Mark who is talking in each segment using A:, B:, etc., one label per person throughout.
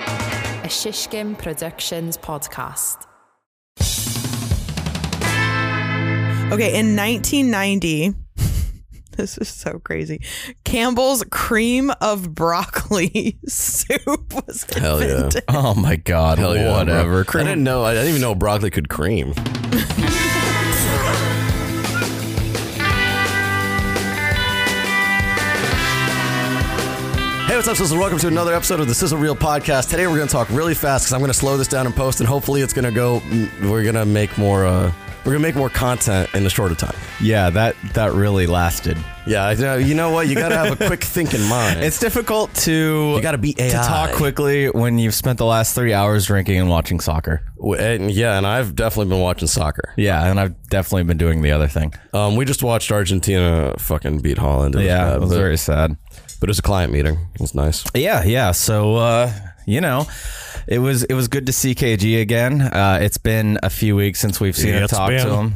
A: a Shishkin Productions podcast.
B: Okay, in 1990, this is so crazy. Campbell's cream of broccoli soup was
C: Hell yeah.
B: invented.
D: Oh my god,
C: Hell yeah.
D: whatever.
C: bro. I didn't know. I didn't even know broccoli could cream. Hey, what's up, Sizzle? Welcome to another episode of the Sizzle Reel podcast. Today we're going to talk really fast because I'm going to slow this down and post, and hopefully it's going to go. mm, We're going to make more. Uh, we're going to make more content in a shorter time.
D: Yeah, that that really lasted.
C: Yeah, I know. You know what? You got to have a quick thinking mind.
D: It's difficult to
C: You gotta beat
D: to
C: AI.
D: talk quickly when you've spent the last three hours drinking and watching soccer.
C: W- and yeah, and I've definitely been watching soccer.
D: Yeah, and I've definitely been doing the other thing.
C: Um, we just watched Argentina fucking beat Holland. It was
D: Yeah,
C: bad,
D: it was
C: but-
D: very sad.
C: But it was a client meeting. It was nice.
D: Yeah, yeah. So uh, you know, it was it was good to see KG again. Uh, it's been a few weeks since we've seen him
C: It's
D: talk
C: been
D: to him.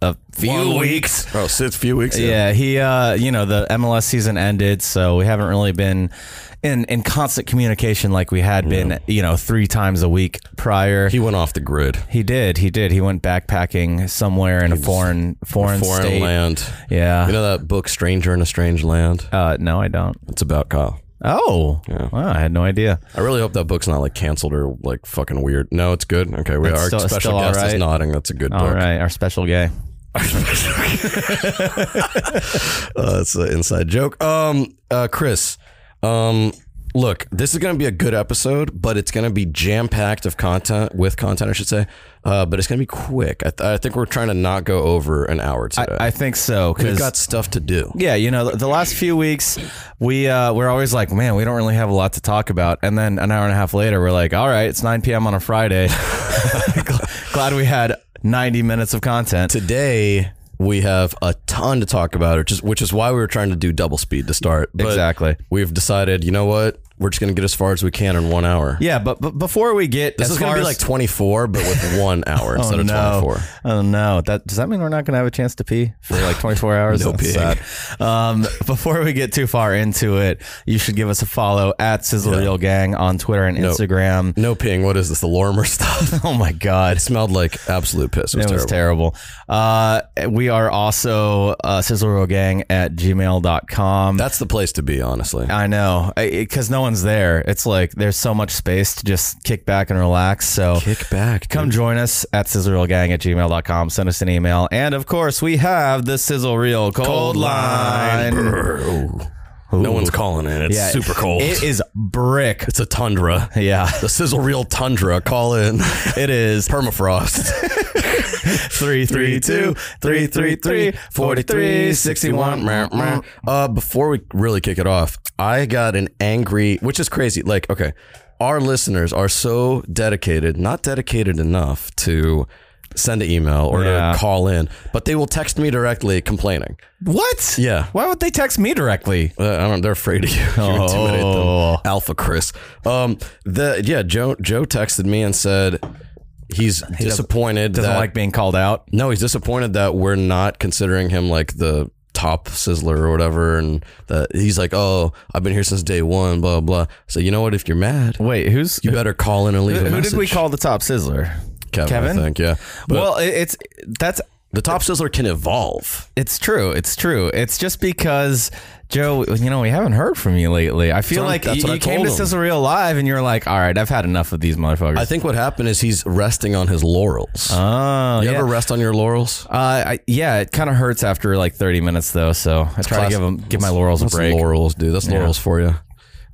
D: A few
C: Oh, since a few weeks.
D: Yeah, he uh you know, the MLS season ended, so we haven't really been in in constant communication like we had been, you know, three times a week prior.
C: He went off the grid.
D: He did. He did. He went backpacking somewhere in a foreign foreign,
C: Foreign
D: state.
C: land.
D: Yeah.
C: You know that book, Stranger in a Strange Land?
D: uh, no, I don't.
C: It's about Kyle.
D: Oh, wow, I had no idea.
C: I really hope that book's not like canceled or like fucking weird. No, it's good. Okay, we
D: It's
C: our
D: still- it's
C: special
D: still all
C: guest
D: right.
C: is nodding. That's a good
D: All
C: book.
D: right, our special guy.
C: Uh, it's an inside joke. Um, uh, Chris, um, look, this is going to be a good episode, but it's going to be jam packed of content with content, I should say. Uh, but it's going to be quick. I, th- I think we're trying to not go over an hour today.
D: I think
C: Uh,
D: so
C: We've
D: because
C: got stuff to do.
D: Yeah, you know, the- the last few weeks we uh, we're always like, man, we don't really have a lot to talk about, and then an hour and a half later, we're like, all right, it's nine p.m. on a Friday. Gl- Glad we had ninety minutes of content.
C: Today we have a ton to talk about, which is which is why we were trying to do double speed to start. But
D: Exactly.
C: We've decided, you know what? We're just going to get as far as we can in one hour.
D: Yeah, but, but before we get
C: This
D: as
C: is going
D: far
C: to be
D: as-
C: like 24, but with one hour instead
D: oh,
C: of
D: no.
C: 24.
D: Oh no! That does that mean we're not going to have a chance to pee for like 24 hours?
C: No
D: That's
C: peeing.
D: sad. Um, before we get too far into it, you should give us a follow at Sizzle Reel Gang on Twitter and Instagram.
C: No ping. What is this? The Lorimer stuff?
D: Oh my god!
C: It smelled like absolute piss. It was
D: It was
C: terrible.
D: terrible. Uh, we are also uh, Sizzle Row Gang at gmail.com.
C: That's the place to be, honestly.
D: I know, because no one's there. It's like there's so much space to just kick back and relax. So
C: Kick back.
D: come join us at sizzlereelgang at gmail.com. Send us an email. And of course, we have the Sizzle Reel Cold, Line.
C: No one's calling in. It's
D: Yeah,
C: super cold.
D: It is brick.
C: it's a tundra.
D: Yeah,
C: The sizzle reel tundra. Call in.
D: it is.
C: Permafrost.
D: Three, three, two, three, three, three, forty-three, sixty-one.
C: Uh, before we really kick it off, I got an angry, which is crazy. Like, okay, our listeners are so dedicated, not dedicated enough to send an email or
D: Yeah.
C: to call in, but they will text me directly complaining.
D: What?
C: Yeah.
D: Why would they text me directly?
C: Uh, I don't. They're afraid of you. you intimidate
D: Oh.
C: them. Alpha Chris. Um. The yeah. Joe Joe texted me and said he's disappointed.
D: Doesn't
C: that,
D: like being called out.
C: No, he's disappointed that we're not considering him like the top sizzler or whatever, and that he's like, oh, I've been here since day one. Blah blah. So you know what? If you're mad,
D: Wait, who's
C: you better call in and leave
D: who
C: a message.
D: did we call the top sizzler?
C: Kevin?
D: Kevin?
C: I think yeah. But
D: well, it, it's that's
C: the top sizzler can evolve.
D: it's true. It's true. It's just because Joe, you know, we haven't heard from you lately. I feel
C: That's
D: like
C: what I- that's
D: you,
C: what I
D: you came
C: told
D: to
C: him.
D: Sizzle Reel Live and you're like, all right, I've had enough of these motherfuckers.
C: I think what happened is he's resting on his laurels.
D: oh,
C: you
D: yeah.
C: ever rest on your laurels?
D: uh, I, yeah, it kind of hurts after like 30 minutes though, so I try
C: classic-
D: to give 'em- give my laurels a
C: That's
D: break.
C: Laurels, dude. That's laurels for you.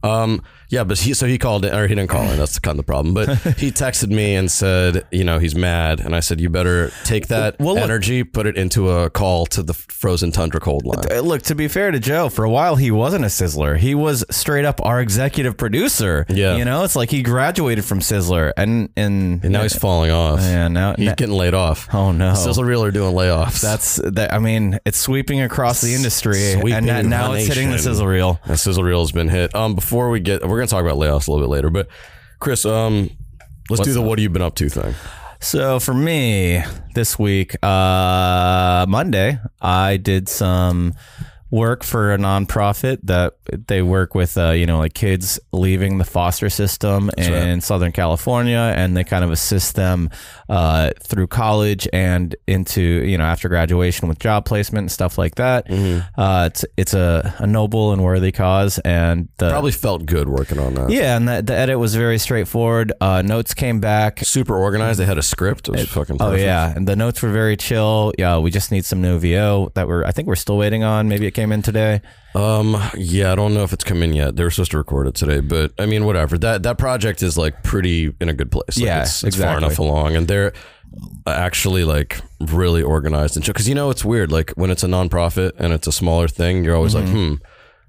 C: Um, yeah, but he so he called in, or he didn't call in. That's kind of the problem. But he texted me and said, you know, he's mad, and I said, you better take that
D: Well, look-
C: energy, put it into a call to the frozen tundra cold line.
D: Uh, Look, to be fair to Joe, for a while he wasn't a Sizzler. He was straight up our executive producer.
C: Yeah.
D: you know, it's like he graduated from Sizzler, and and,
C: And now he's falling off.
D: yeah, now,
C: He's getting laid off.
D: Oh, no.
C: Sizzle Reel are doing layoffs.
D: that's that. I mean, it's sweeping across the industry,
C: Sweeping
D: and that, now
C: the
D: it's hitting the
C: nation.
D: Sizzle reel.
C: That sizzle reel has been hit. Um, before we get, we're gonna talk about layoffs a little bit later. But Chris, um, let's do the what have you been up to thing.
D: So for me this week, uh, Monday, I did some work for a nonprofit that they work with, uh, you know, like kids leaving the foster system in Southern California, and they kind of assist them uh, through college and into, you know, after graduation with job placement and stuff like that. Uh, it's it's a, a noble and worthy cause, and the,
C: Probably felt good working on that.
D: yeah, and the, the edit was very straightforward. Uh, notes came back.
C: Super organized. They had a script. It was fucking
D: Oh
C: perfect.
D: yeah, and the notes were very chill. Yeah, we just need some new VO that we're. I think we're still waiting on. Maybe it came in today.
C: Um, yeah, I don't know if it's come in yet. They were supposed to record it today, but I mean, whatever. That that project is like pretty in a good place. Like,
D: Yeah,
C: it's, it's far
D: exactly.
C: enough along, and they're uh, actually like really organized and because you know it's weird. Like when it's a nonprofit and it's a smaller thing, you're always like, hmm,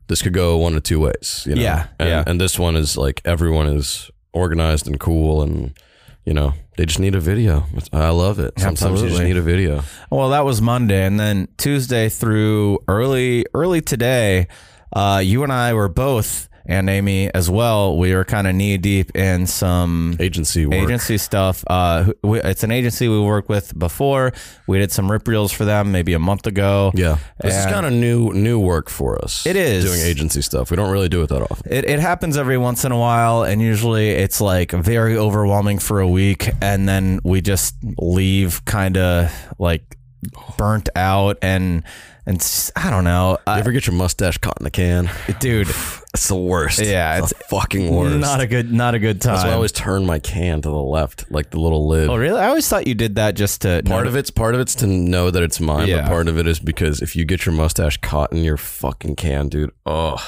C: this could go one of two ways. You know?
D: Mm-hmm. Yeah,
C: and,
D: yeah.
C: And this one is like everyone is organized and cool, and you know they just need a video. It's- I love it. Sometimes you just
D: Absolutely.
C: need a video.
D: Well, that was Monday, and then Tuesday through early early today, uh, you and I were both, and Amy as well. We were kind of knee deep in some
C: Agency work.
D: agency stuff. Uh, who- we, it's an agency we worked with before. We did some rip reels for them maybe a month ago.
C: Yeah, this is
D: And-
C: kind of new new work for us.
D: It is.
C: doing agency stuff. We don't really do it that often.
D: It, it happens every once in a while, and usually it's like very overwhelming for a week, and then we just leave kind of like burnt out and and s- I don't know,
C: You
D: I,
C: ever get your mustache caught in the can?
D: dude.
C: It's the worst.
D: Yeah,
C: it's the fucking worst.
D: Not a good, not a good time.
C: That's why I always turn my can to the left, like the little lid.
D: oh, really? I always thought you did that just to
C: Part of it's part of it's to know that it's mine,
D: Yeah.
C: but part of it is because if you get your mustache caught in your fucking can, dude, ugh,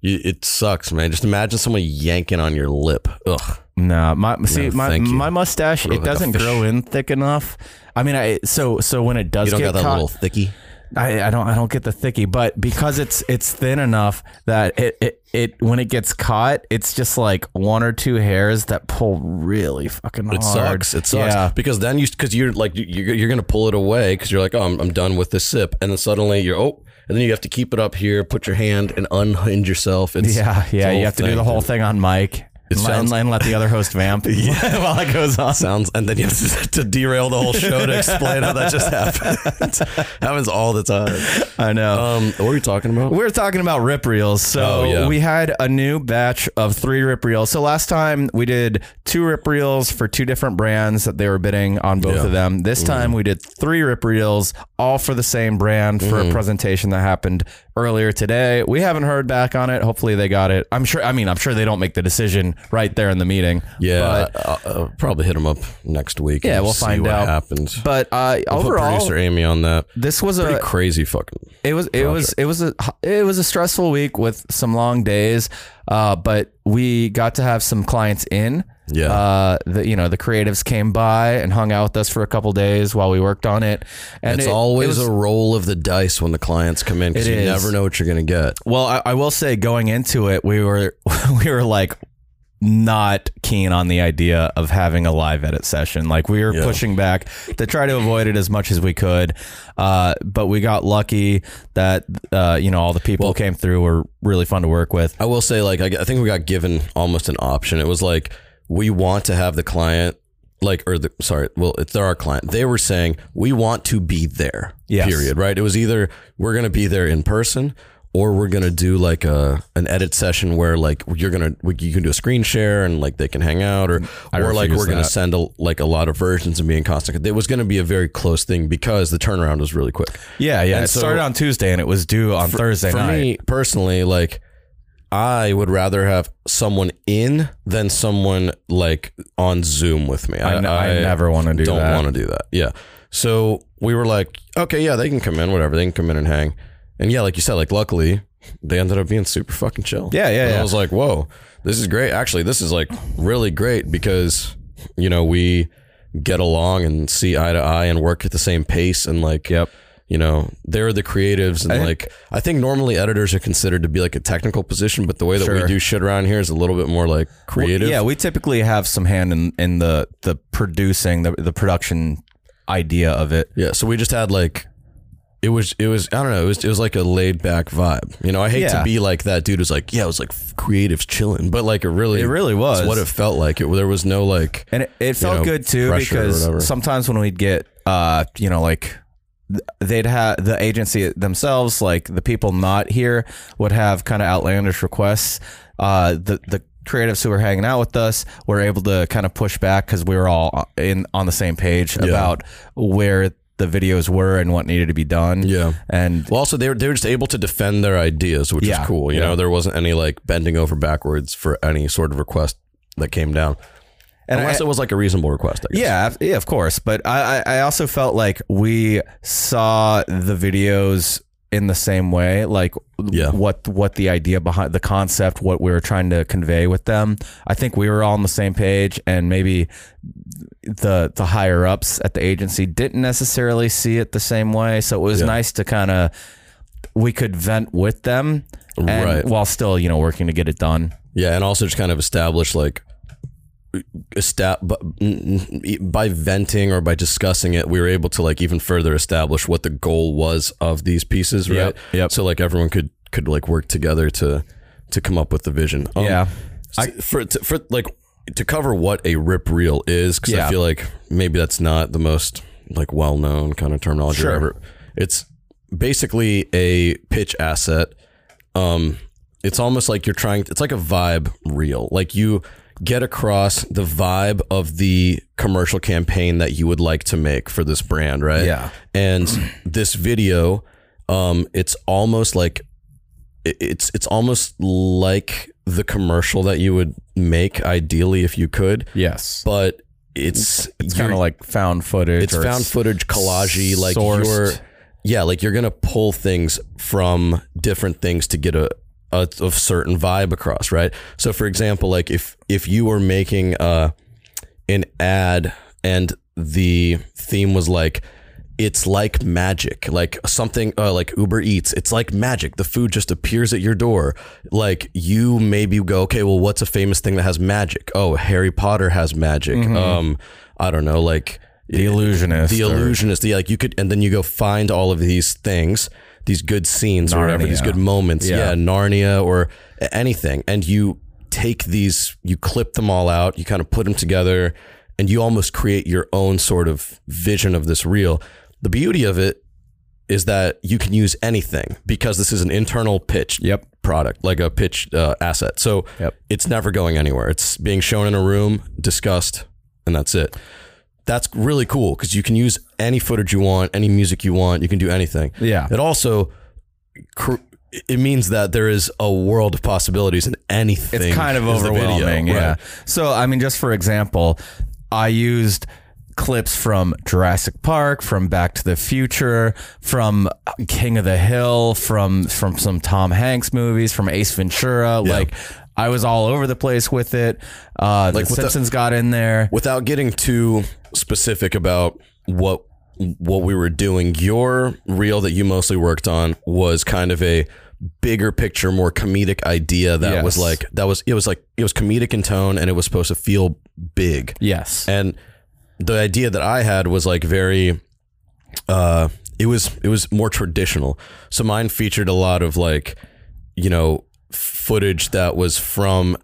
C: you, it sucks, man. Just imagine someone yanking on your lip. Ugh,
D: No, my see, my
C: thank you.
D: my mustache
C: Look
D: it
C: like a
D: doesn't
C: fish.
D: grow in thick enough. I mean, I so so when it does
C: you don't
D: get
C: got that
D: caught,
C: little thicky.
D: I, I don't I don't get the thicky, but because it's it's thin enough that it, it it when it gets caught, it's just like one or two hairs that pull really fucking
C: It
D: hard.
C: sucks. It sucks
D: Yeah.
C: because then you because you're like you- you're, you're gonna pull it away because you're like oh I'm, I'm done with this sip and then suddenly you're oh and then you have to keep it up here, put your hand and unhinge yourself. It's,
D: Yeah,
C: it's a
D: yeah.
C: whole
D: You have to do
C: thing,
D: the whole
C: dude.
D: thing on mic.
C: It
D: and,
C: sounds-
D: and let the other host vamp while it goes on.
C: Sounds and then you have to, to derail the whole show to explain how that just happened. happens all the time.
D: I know.
C: Um, what were you talking about?
D: We're talking about rip reels. So
C: Oh, yeah.
D: we had a new batch of three rip reels. So last time we did two rip reels for two different brands that they were bidding on both
C: Yeah.
D: of them. This time we did three rip reels, all for the same brand for
C: Mm-hmm.
D: a presentation that happened earlier today. We haven't heard back on it. Hopefully they got it. I'm sure. I mean, I'm sure they don't make the decision right there in the meeting.
C: yeah,
D: But,
C: I, will probably hit him up next week.
D: yeah,
C: and
D: we'll
C: see
D: find
C: what
D: out.
C: Happens.
D: But uh,
C: Put
D: overall, uh,
C: producer Amy on that.
D: this was
C: Pretty
D: a
C: crazy fucking.
D: It was it was it was a it was a stressful week with some long days, uh, but we got to have some clients in.
C: Yeah.
D: Uh, the you know the creatives came by and hung out with us for a couple days while we worked on it. And
C: It's
D: it- it
C: always
D: was-
C: a roll of the dice when the clients come in because
D: It
C: you
D: is.
C: never know what you're gonna get.
D: well. I, I will say going into it, we were we were like not keen on the idea of having a live edit session. Like we were pushing back to try to avoid it as much as we could. Uh, but we got lucky that uh, you know all the people who came through were really fun to work with.
C: I will say, like, I, I think we got given almost an option. It was like, we want to have the client, like, or the, sorry, well, it's, they're our client. They were saying, we want to be there,
D: Yes.
C: period, right? It was either we're going to be there in person or we're going to do like a, an edit session where like you're going to, you can do a screen share and like they can hang out or, or like
D: refuse
C: we're going to
D: that.
C: send a, like a lot of versions and be in constant. It was going to be a very close thing because the turnaround was really quick.
D: Yeah, yeah.
C: And
D: it
C: so-
D: started on Tuesday and it was due on Thursday
C: for
D: night.
C: me personally like i would rather have someone in than someone like on zoom with me
D: I n- I never wanna do
C: don't
D: that.
C: want to do that yeah so we were like okay yeah they can come in whatever they can come in and hang and yeah like you said like luckily they ended up being super fucking chill
D: Yeah, yeah,
C: and i
D: yeah.
C: was like whoa this is great actually this is like really great because you know we get along and see eye to eye and work at the same pace and like
D: Yep.
C: you know they're the creatives and like i think normally editors are considered to be like a technical position but the way that we
D: Sure.
C: do shit around here is a little bit more like creative
D: Yeah, we typically have some hand in, in the the producing the the production idea of it.
C: yeah so we just had like it was it was i don't know it was it was like a laid back vibe you know i hate to
D: Yeah.
C: be like that dude who's like yeah it was like f- creatives chilling but like it really
D: It really
C: it's
D: was.
C: what it felt like it, there was no like
D: And it, it felt
C: know,
D: good too
C: pressure or whatever.
D: because sometimes when we'd get uh you know like th- they'd have the agency themselves, like the people not here, would have kind of outlandish requests. Uh, the the creatives who were hanging out with us were able to kind of push back because we were all uh, in on the same page about where the videos were and what needed to be done.
C: Yeah.
D: and
C: Well, also they were they were just able to defend their ideas, which
D: Yeah.
C: is cool. You know, there wasn't any like bending over backwards for any sort of request that came down,
D: And
C: unless
D: I-
C: it was like a reasonable request. I guess.
D: Yeah, of- yeah, of course. But I, I I also felt like we saw the videos in the same way, like
C: Yeah.
D: what what the idea behind the concept, what we were trying to convey with them. I think we were all on the same page, and maybe the the higher ups at the agency didn't necessarily see it the same way. So it was nice to kind of we could vent with them, and-
C: Right.
D: While still, you know, working to get it done.
C: yeah, and also just kind of establish like. Esta- bu- n- n- by venting or by discussing it, we were able to like even further establish what the goal was of these pieces, right?
D: Yep, yep.
C: So like everyone could could like work together to to come up with the vision. Um,
D: yeah.
C: I, for to, for like to cover what a rip reel is because
D: Yeah.
C: I feel like maybe that's not the most like well known kind of terminology.
D: Sure.
C: Or whatever. It's basically a pitch asset. Um, it's almost like you're trying. It's like a vibe reel. Like you get across the vibe of the commercial campaign that you would like to make for this brand, right?
D: Yeah.
C: And this video, um, it's almost like it- it's it's almost like the commercial that you would make ideally if you could,
D: Yes.
C: but it's
D: It's kind of like found footage.
C: it's
D: or
C: found footage collagey like
D: sourced.
C: you're yeah like you're gonna pull things from different things to get a a, a certain vibe across right so for example like if if you were making uh an ad and the theme was like it's like magic like something uh, like uber eats it's like magic the food just appears at your door like you maybe go okay well what's a famous thing that has magic oh harry potter has magic
D: Mm-hmm.
C: um i don't know like
D: The illusionist.
C: the
D: or-
C: illusionist the like you could and then you go find all of these things these good scenes or whatever these
D: Narnia.
C: good moments
D: Yeah.
C: yeah. narnia or a- anything and you take these you clip them all out you kind of put them together and you almost create your own sort of vision of this reel the beauty of it is that you can use anything because this is an internal pitch
D: Yep.
C: product, like a pitch uh, asset. So
D: Yep.
C: it's never going anywhere. It's being shown in a room, discussed, and that's it. That's really cool because you can use any footage you want, any music you want. You can do anything.
D: Yeah.
C: It also cr- it means that there is a world of possibilities in anything.
D: It's kind of
C: is the video,
D: overwhelming. yeah.
C: right?
D: So, I mean, just for example, I used clips from Jurassic Park, from Back to the Future, from King of the Hill, from from some Tom Hanks movies, from Ace Ventura. Like, I was all over the place with it.
C: Like
D: Uh, the
C: with the-
D: Simpsons got in there.
C: Without getting too specific about what what we were doing, your reel that you mostly worked on was kind of a bigger picture, more comedic idea that was
D: Yes.
C: like that was it was like it was comedic in tone and it was supposed to feel big.
D: Yes.
C: And the idea that I had was like very uh it was it was more traditional. So mine featured a lot of like, you know, footage that was from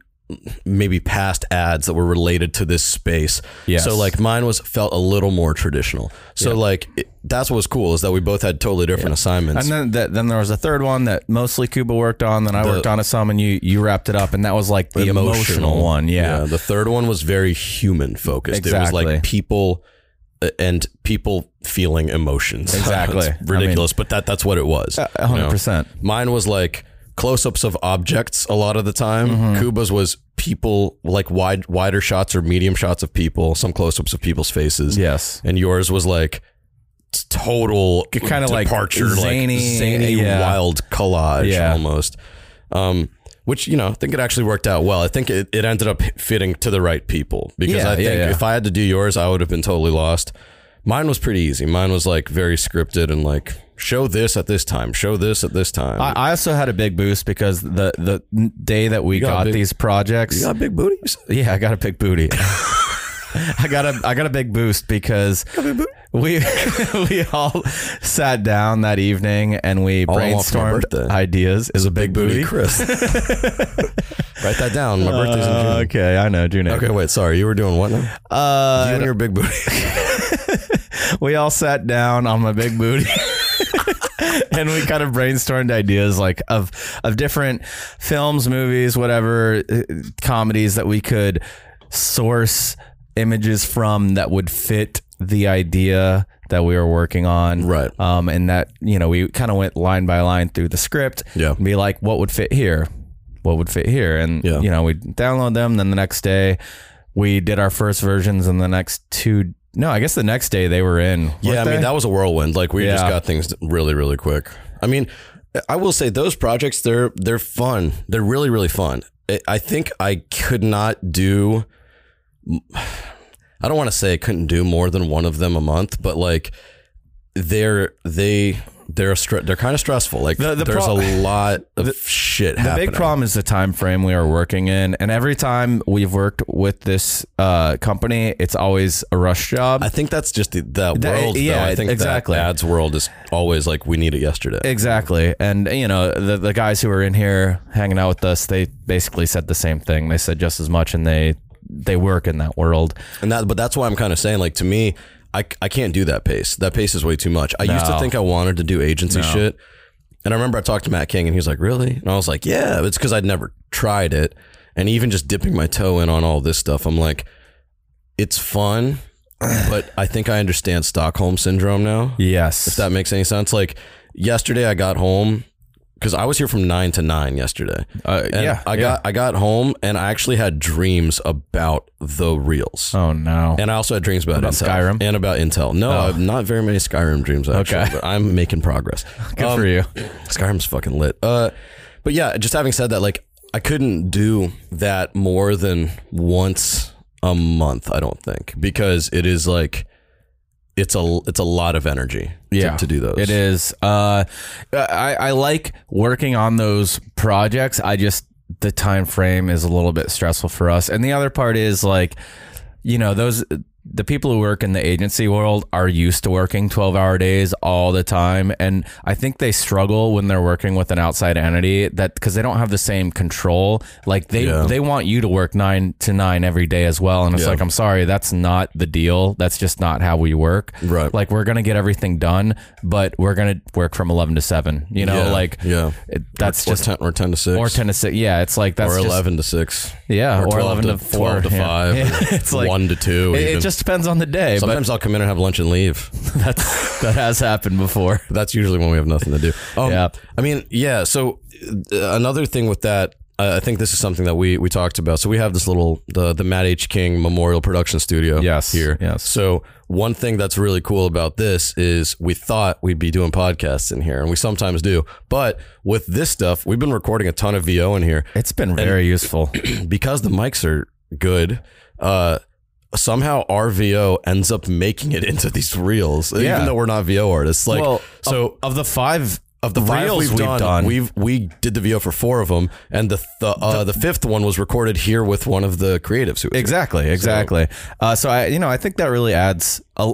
C: maybe past ads that were related to this space.
D: Yes.
C: So like mine was felt a little more traditional. So like it, that's what was cool is that we both had totally different assignments.
D: And then that, then there was a third one that mostly Cuba worked on. Then I worked on it some, and you you wrapped it up, and that was like the emotional, one. Yeah.
C: The third one was very human focused. It was
D: Exactly.
C: like people uh, and people feeling emotions.
D: Exactly.
C: It's ridiculous, but that that's what it was.
D: a hundred percent.
C: Mine was like close-ups of objects a lot of the time.
D: Mm-hmm.
C: Cuba's was people like wide wider shots or medium shots of people, some close-ups of people's faces.
D: Yes.
C: And yours was like t- total
D: Kinda like
C: departure,
D: zany,
C: like zany
D: yeah.
C: wild collage
D: Yeah.
C: almost. Um, which you know, I think it actually worked out well. I think it, it ended up fitting to the right people because
D: Yeah,
C: I think
D: yeah, yeah.
C: if I had to do yours, I would have been totally lost. Mine was pretty easy. Mine was like very scripted and like show this at this time, show this at this time.
D: I, I also had a big boost because the the n- day that we
C: got a
D: got
C: big-
D: these projects,
C: you got big booties.
D: yeah, I got a big booty. I got a I got a big boost because we we all sat down that evening and we
C: I want for my
D: brainstormed
C: birthday
D: ideas. Is a big, booty?
C: Chris. Write that down. My birthday's in
D: Uh,
C: June.
D: okay, I know June. eighth.
C: Okay, wait, sorry. You were doing what now?
D: Uh,
C: you and your big booty.
D: we all sat down on my big booty. and we kind of brainstormed ideas like of of different films, movies, whatever uh, comedies that we could source images from that would fit the idea that we were working on.
C: Right.
D: Um, and that you know we kind of went line by line through the script.
C: Yeah.
D: And be like, what would fit here? What would fit here? And
C: Yeah.
D: you know we would download them. Then the next day, we did our first versions. And the next two, no, I guess the next day they were in.
C: Yeah, I
D: weren't
C: mean
D: they?
C: that was a whirlwind. Like we just
D: Yeah.
C: got things really, really quick. I mean, I will say those projects they're they're fun. They're really, really fun. I- I think I could not do. I don't want to say I couldn't do more than one of them a month, but like they're they they're stre- they're kind of stressful. Like
D: The- the
C: there's
D: pro-
C: a lot of shit
D: the
C: happening.
D: big problem is the time frame we are working in, and every time we've worked with this uh, company, it's always a rush job.
C: I think that's just the, the
D: That-
C: world.
D: yeah,
C: though. I think
D: exactly.
C: that ads world is always like we need it yesterday.
D: Exactly. And you know, the the guys who were in here hanging out with us, they basically said the same thing. They said just as much and they they work in that world.
C: And that, but that's why I'm kind of saying, like, to me, I, I can't do that pace. That pace is way too much. I used to think I wanted to do agency shit. And I remember I talked to Matt King and he was like, really? And I was like, yeah, it's because I'd never tried it. And even just dipping my toe in on all this stuff, I'm like, it's fun, but I think I understand Stockholm syndrome now.
D: Yes.
C: If that makes any sense. Like, yesterday I got home because I was here from nine to nine yesterday.
D: Uh,
C: And
D: yeah,
C: I
D: yeah.
C: got I got home and I actually had dreams about the reels.
D: oh no.
C: And I also had dreams about,
D: About
C: Intel
D: Skyrim? Oh.
C: and about Intel. No, I have not very many Skyrim dreams. Actually,
D: Okay.
C: but I'm making progress.
D: Good
C: Um,
D: for you.
C: Skyrim's fucking lit. Uh, but yeah, just having said that, like I couldn't do that more than once a month. I don't think because it is like it's a it's a lot of energy. to- to, do those.
D: It is. Uh, I I like working on those projects. I just the time frame is a little bit stressful for us. And the other part is like, you know, those the people who work in the agency world are used to working 12 hour days all the time and i think they struggle when they're working with an outside entity that because they don't have the same control like they
C: Yeah.
D: they want you to work nine to nine every day as well and it's like i'm sorry that's not the deal that's just not how we work
C: Right.
D: like we're gonna get everything done, but we're gonna work from eleven to seven. You know,
C: Yeah,
D: like
C: yeah.
D: it, that's
C: or
D: just
C: ten or ten to six
D: or ten to six. Yeah, it's like that's
C: or
D: just-
C: eleven to six.
D: Yeah,
C: or,
D: or
C: 11
D: 11
C: to,
D: to four,
C: 12 to
D: yeah.
C: five.
D: Yeah,
C: It's
D: it's like-
C: one to two.
D: It,
C: even.
D: it just depends on the day,
C: sometimes I'll come in and have lunch and leave.
D: but that's that has happened before.
C: But that's usually when we have nothing to do. Um,
D: Yeah.
C: I mean, yeah. So uh, another thing with that, uh, I think this is something that we we talked about. So we have this little the the Matt H King Memorial Production Studio.
D: Yes,
C: Here.
D: yes.
C: So one thing that's really cool about this is we thought we'd be doing podcasts in here, and we sometimes do. But with this stuff, we've been recording a ton of VO in here
D: It's been very useful.
C: because the mics are good. Uh, somehow our VO ends up making it into these reels, even
D: Yeah.
C: though we're not VO artists. Like
D: well,
C: so.
D: of, of the five
C: of the five
D: reels
C: we've, done, we've we did the VO for four of them, and the th- uh, the fifth one was recorded here with one of the creatives. Who was here.
D: exactly exactly. uh, so I you know I think that really adds a.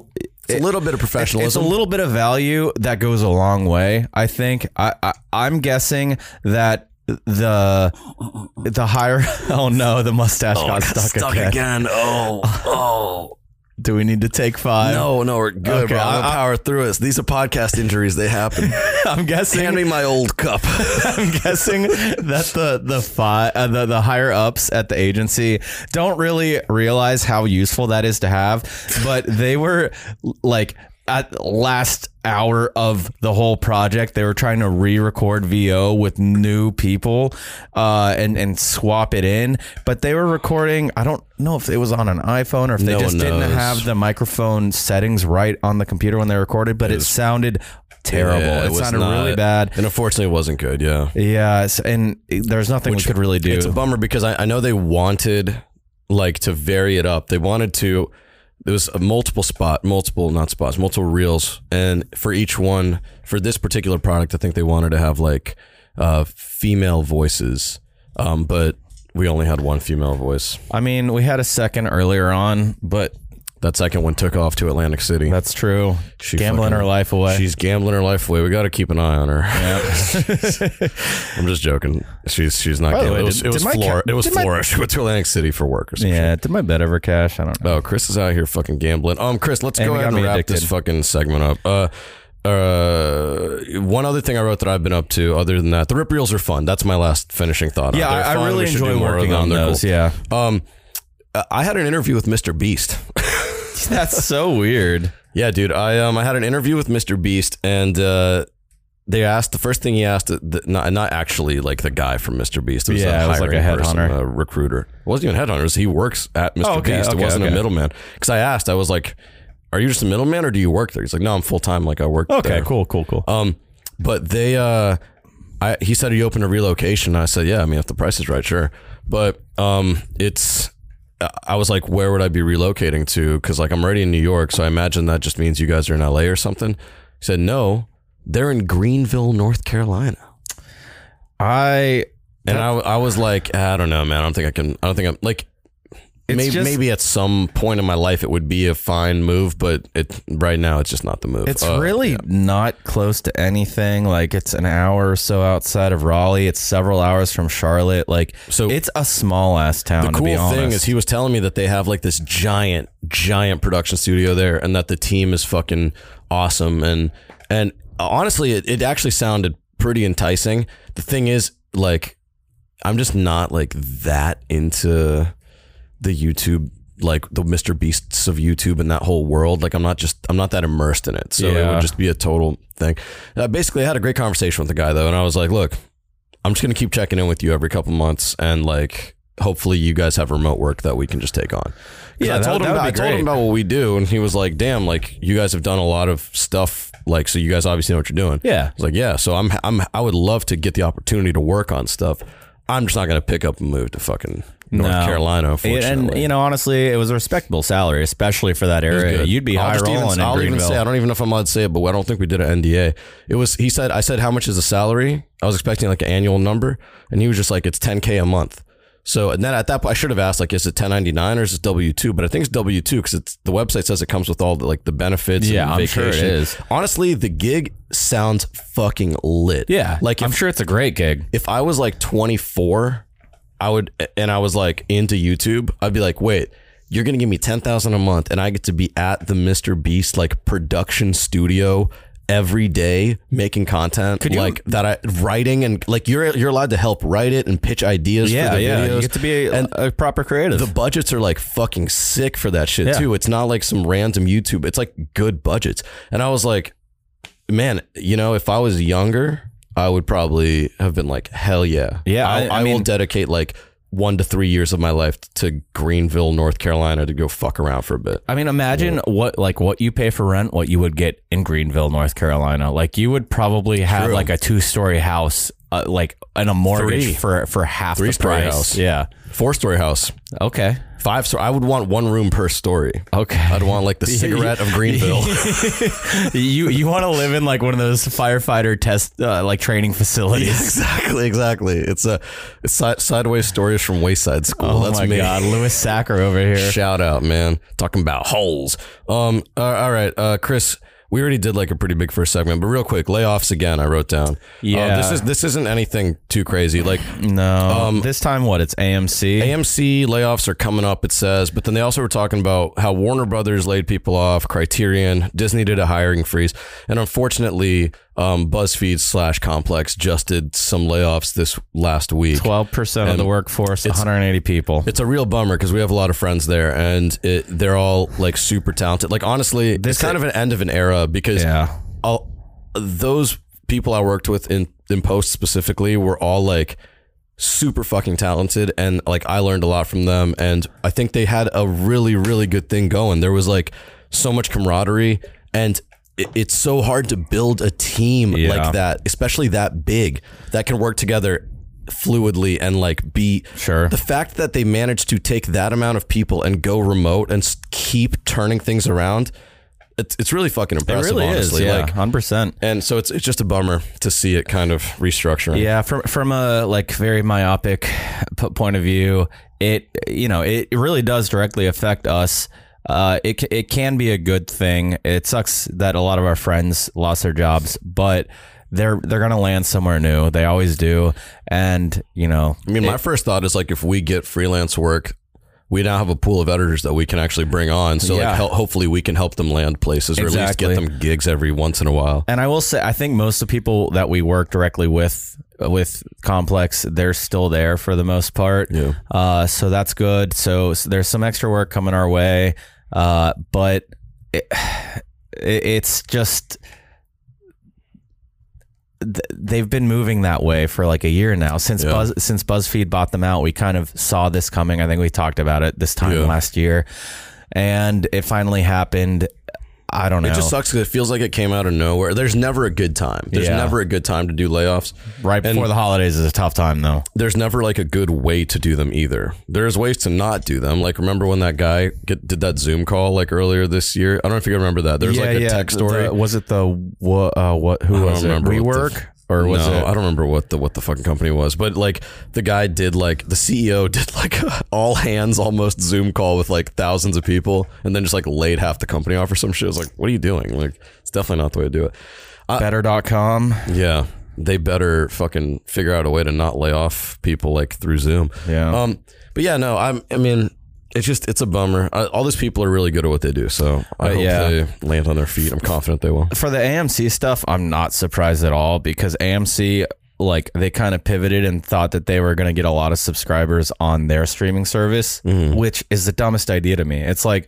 C: It's
D: it-
C: a little bit of professionalism.
D: It's a little bit of value that goes a long way. I think. I, I I'm guessing that the the higher. Oh no, the mustache got, stuck, again.
C: Oh, oh
D: Do we need to take five?
C: no, no, we're good.
D: Okay,
C: bro. I'm gonna
D: I- I-
C: power through it. These are podcast injuries; they happen.
D: I'm guessing.
C: Hand me my old cup.
D: I'm guessing that the the fi- uh, the the higher ups at the agency don't really realize how useful that is to have, but they were like at last hour of the whole project they were trying to re-record vo with new people uh and and swap it in but they were recording i don't know if it was on an iphone or if they
C: No
D: just
C: one
D: didn't
C: knows.
D: have the microphone settings right on the computer when they recorded but it, sounded terrible
C: Yeah,
D: it,
C: was
D: sounded really
C: not-
D: bad
C: and unfortunately, it wasn't good. Yeah,
D: yeah, it's- and there's nothing we could really do.
C: It's a bummer because I, I know they wanted like to vary it up. They wanted to. There was a multiple spot, multiple not spots, multiple reels, and for each one, for this particular product, I think they wanted to have like uh, female voices, um, but we only had one female voice.
D: I mean, we had a second earlier on, but
C: That second one took off to Atlantic City.
D: That's true.
C: She
D: Gambling
C: fucking-
D: her life away.
C: She's gambling her life away. We got to keep an eye on her. I'm just joking. She's she's not.
D: By the
C: Gambling.
D: way,
C: it was
D: did-
C: it was
D: did my
C: Flora.
D: ca-
C: it was
D: did my-
C: Flora. She went to Atlantic City for work or something.
D: yeah, did my bet ever cash? I don't know.
C: Oh, Chris is out here fucking gambling. Um, Chris, let's
D: And
C: go
D: we
C: ahead
D: got
C: and
D: me
C: wrap
D: addicted.
C: this fucking segment up. Uh, uh, one other thing I wrote that I've been up to, other than that, the rip reels are fun. That's my last finishing thought.
D: yeah,
C: Oh, They're
D: I,
C: fun.
D: I really
C: We should do
D: enjoy
C: more of
D: working
C: them.
D: on
C: They're
D: those.
C: cool.
D: Yeah,
C: Um, uh, I had an interview with Mr. Beast.
D: that's so weird.
C: Yeah, dude. I um I had an interview with Mr. Beast, and uh, they asked the first thing he asked, uh, the, not not actually like the guy from Mr. Beast. It was
D: Yeah,
C: a
D: it was like a
C: hiring person,
D: headhunter.
C: a recruiter. It wasn't even a headhunter. it was He works at Mr.
D: Oh, okay,
C: Beast.
D: okay,
C: it wasn't
D: okay.
C: a middleman. Because I asked, I was like, "Are you just a middleman, or do you work there?" He's like, "No, I'm full time. Like I work."
D: Okay,
C: there."
D: cool, cool, cool.
C: Um, but they, uh, I, he said, "Are you open to relocation?" And I said, "Yeah, I mean, if the price is right, sure." But um, it's, I was like, "Where would I be relocating to?" Because like I'm already in New York, so I imagine that just means you guys are in LA or something. He said, "No, they're in Greenville, North Carolina."
D: I
C: And I, I was like, I don't know, man. I don't think I can. I don't think I'm like.
D: It's
C: Maybe,
D: just-
C: maybe at some point in my life it would be a fine move, but it right now it's just not the move.
D: it's
C: Uh,
D: really not close to anything. Like it's an hour or so outside of Raleigh. It's several hours from Charlotte. Like
C: So-
D: it's a small ass town.
C: The
D: to be
C: cool
D: honest.
C: thing is, he was telling me that they have like this giant, giant production studio there, and that the team is fucking awesome. And and honestly, it, it actually sounded pretty enticing. The thing is, like, I'm just not like that into the YouTube, like the Mr. Beasts of YouTube and that whole world. Like, I'm not just, I'm not that immersed in it. So it
D: Yeah.
C: would just be a total thing. Uh, basically, I had a great conversation with the guy though, and I was like, look, I'm just gonna keep checking in with you every couple months, and like hopefully you guys have remote work that we can just take on. 'Cause
D: Yeah,
C: I
D: that-
C: told
D: that
C: him
D: would
C: about,
D: be
C: I told
D: great.
C: him about what we do, and he was like, "Damn, like you guys have done a lot of stuff, like so you guys obviously know what you're doing."
D: Yeah.
C: I was like, "Yeah, so I'm I'm I would love to get the opportunity to work on stuff. I'm just not gonna pick up and move to fucking North
D: No.
C: Carolina,
D: And-
C: unfortunately."
D: and you know, honestly, it was a respectable salary, especially for that area.
C: Good.
D: You'd be
C: I'll
D: high
C: just
D: rolling
C: even,
D: in
C: I'll even
D: Greenville.
C: say I don't even know if I'm allowed to say it, but I don't think we did an NDA. It was he said I said how much is the salary? I was expecting like an annual number, and he was just like it's 10k a month. So and then at that point I should have asked like is it 1099 or is it W two? But I think it's W two because it's the website says it comes with all the like the benefits.
D: Yeah,
C: and
D: I'm sure
C: vacation.
D: it is.
C: Honestly, the gig sounds fucking lit.
D: yeah,
C: like
D: I'm
C: if
D: sure it's a great gig.
C: if I was like 24, I would, and I was like into YouTube, I'd be like, wait, you're gonna give me 10,000 a month, and I get to be at the Mr. Beast like production studio every day making content
D: you-
C: like that I writing and like you're you're allowed to help write it and pitch ideas for
D: Yeah,
C: the
D: yeah,
C: videos
D: you get to be a,
C: and
D: a proper creative.
C: the budgets are like fucking sick for that shit
D: Yeah.
C: too. It's not like some random YouTube. It's like good budgets. And I was like, man, you know, if I was younger, I would probably have been like, hell yeah,
D: Yeah,
C: I,
D: I- I
C: I will
D: mean-
C: dedicate like one to three years of my life to Greenville, North Carolina, to go fuck around for a bit.
D: I mean, imagine what like what you pay for rent, what you would get in Greenville, North Carolina. Like you would probably have
C: True.
D: like a two story house, uh, like and a mortgage
C: Three.
D: for for half the
C: Three-story
D: price.
C: house.
D: Yeah.
C: Four story house,
D: Okay.
C: five story. I would want one room per story.
D: Okay.
C: I'd want like the cigarette of Greenville.
D: you you want to live in like one of those firefighter test uh, like training facilities?
C: exactly, exactly. It's a it's si- sideways stories from Wayside School.
D: Oh
C: That's
D: my
C: me.
D: god, Lewis Sacker over here.
C: Shout out, man. Talking about holes. Um. uh, all right, uh, Chris. We already did like a pretty big first segment, but real quick, layoffs again. I wrote down. Uh,
D: Yeah.
C: this is this isn't anything too crazy. Like
D: No, this time what? It's AMC.
C: AMC layoffs are coming up, it says, but then they also were talking about how Warner Brothers laid people off, Criterion, Disney did a hiring freeze, and unfortunately, um, BuzzFeed slash Complex just did some layoffs this last week.
D: Twelve percent of the workforce, 180 people.
C: It's a real bummer because we have a lot of friends there, and it, they're all like super talented. Like honestly, it's kind of an end of an era because
D: Yeah.
C: all, those people I worked with in in post specifically were all like super fucking talented, and like I learned a lot from them, and I think they had a really really good thing going. There was like so much camaraderie, and it, it's so hard to build a team
D: Yeah.
C: like that, especially that big that can work together fluidly and like be
D: Sure.
C: the fact that they managed to take that amount of people and go remote and s- keep turning things around, it's, it's really fucking
D: It
C: impressive,
D: really
C: honestly.
D: is. Yeah,
C: Like,
D: 100. percent
C: and so it's it's just a bummer to see it kind of restructuring.
D: Yeah, from from a like very myopic p- point of view, it you know it really does directly affect us. uh, it c- it can be a good thing. It sucks that a lot of our friends lost their jobs, but they're they're gonna land somewhere new. They always do, and you know,
C: I mean, my first thought is like if we get freelance work, we now have a pool of editors that we can actually bring on. So
D: Yeah.
C: like, hel- hopefully we can help them land places or at least get
D: Exactly.
C: them gigs every once in a while.
D: And I will say, I think most of the people that we work directly with uh, with Complex, they're still there for the most part.
C: Yeah.
D: Uh, so that's good. So, so there's some extra work coming our way, uh, but it, it, it's just th- they've been moving that way for like a year now since
C: Yeah.
D: Buzz since BuzzFeed bought them out. We kind of saw this coming. I think we talked about it this time
C: Yeah.
D: last year, and it finally happened. I don't know.
C: It just sucks because it feels like it came out of nowhere. There's never a good time. There's
D: Yeah.
C: never a good time to do layoffs.
D: Right before the holidays is a tough time though.
C: There's never like a good way to do them either. There's ways to not do them. Like remember when that guy get, did that Zoom call like earlier this year? I don't know if you can remember that. There's like a tech story.
D: was it the what? Uh, what? Who was it?
C: remember what the
D: WeWork
C: f-
D: or was
C: no,
D: it?
C: I don't remember what the what the fucking company was, but like the guy did like the CEO did like a all hands almost Zoom call with like thousands of people, and then just like laid half the company off or some shit. I was like, what are you doing? Like, it's definitely not the way to do it.
D: Better.com.
C: Yeah, they better fucking figure out a way to not lay off people like through Zoom.
D: Yeah.
C: Um. But yeah, no, I'm. I mean. It's just, it's a bummer. I, all these people are really good at what they do. So I hope
D: Uh, yeah.
C: they land on their feet. I'm confident they will.
D: For the AMC stuff, I'm not surprised at all because AMC like they kind of pivoted and thought that they were going to get a lot of subscribers on their streaming service,
C: Mm-hmm.
D: which is the dumbest idea to me. It's like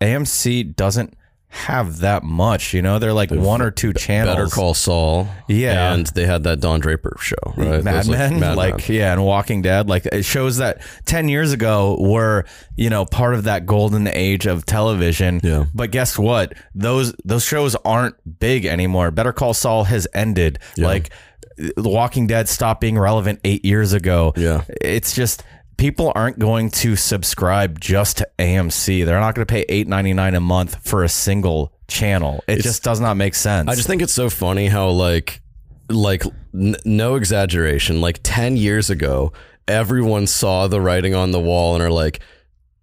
D: AMC doesn't have that much, you know? They're like one or two channels.
C: Better Call Saul.
D: Yeah.
C: And they had that Don Draper show, right? That
D: Mad
C: was
D: Men,
C: Mad
D: like
C: Men.
D: yeah, and Walking Dead, like it shows that ten years ago were you know part of that golden age of television.
C: Yeah.
D: But guess what? Those those shows aren't big anymore. Better Call Saul has ended. Like The Walking Dead stopped being relevant eight years ago.
C: Yeah.
D: It's just people aren't going to subscribe just to AMC. They're not going to pay eight ninety nine a month for a single channel. It just does not make sense.
C: I just think it's so funny how, like, like n- no exaggeration, like 10 years ago, everyone saw the writing on the wall and are like,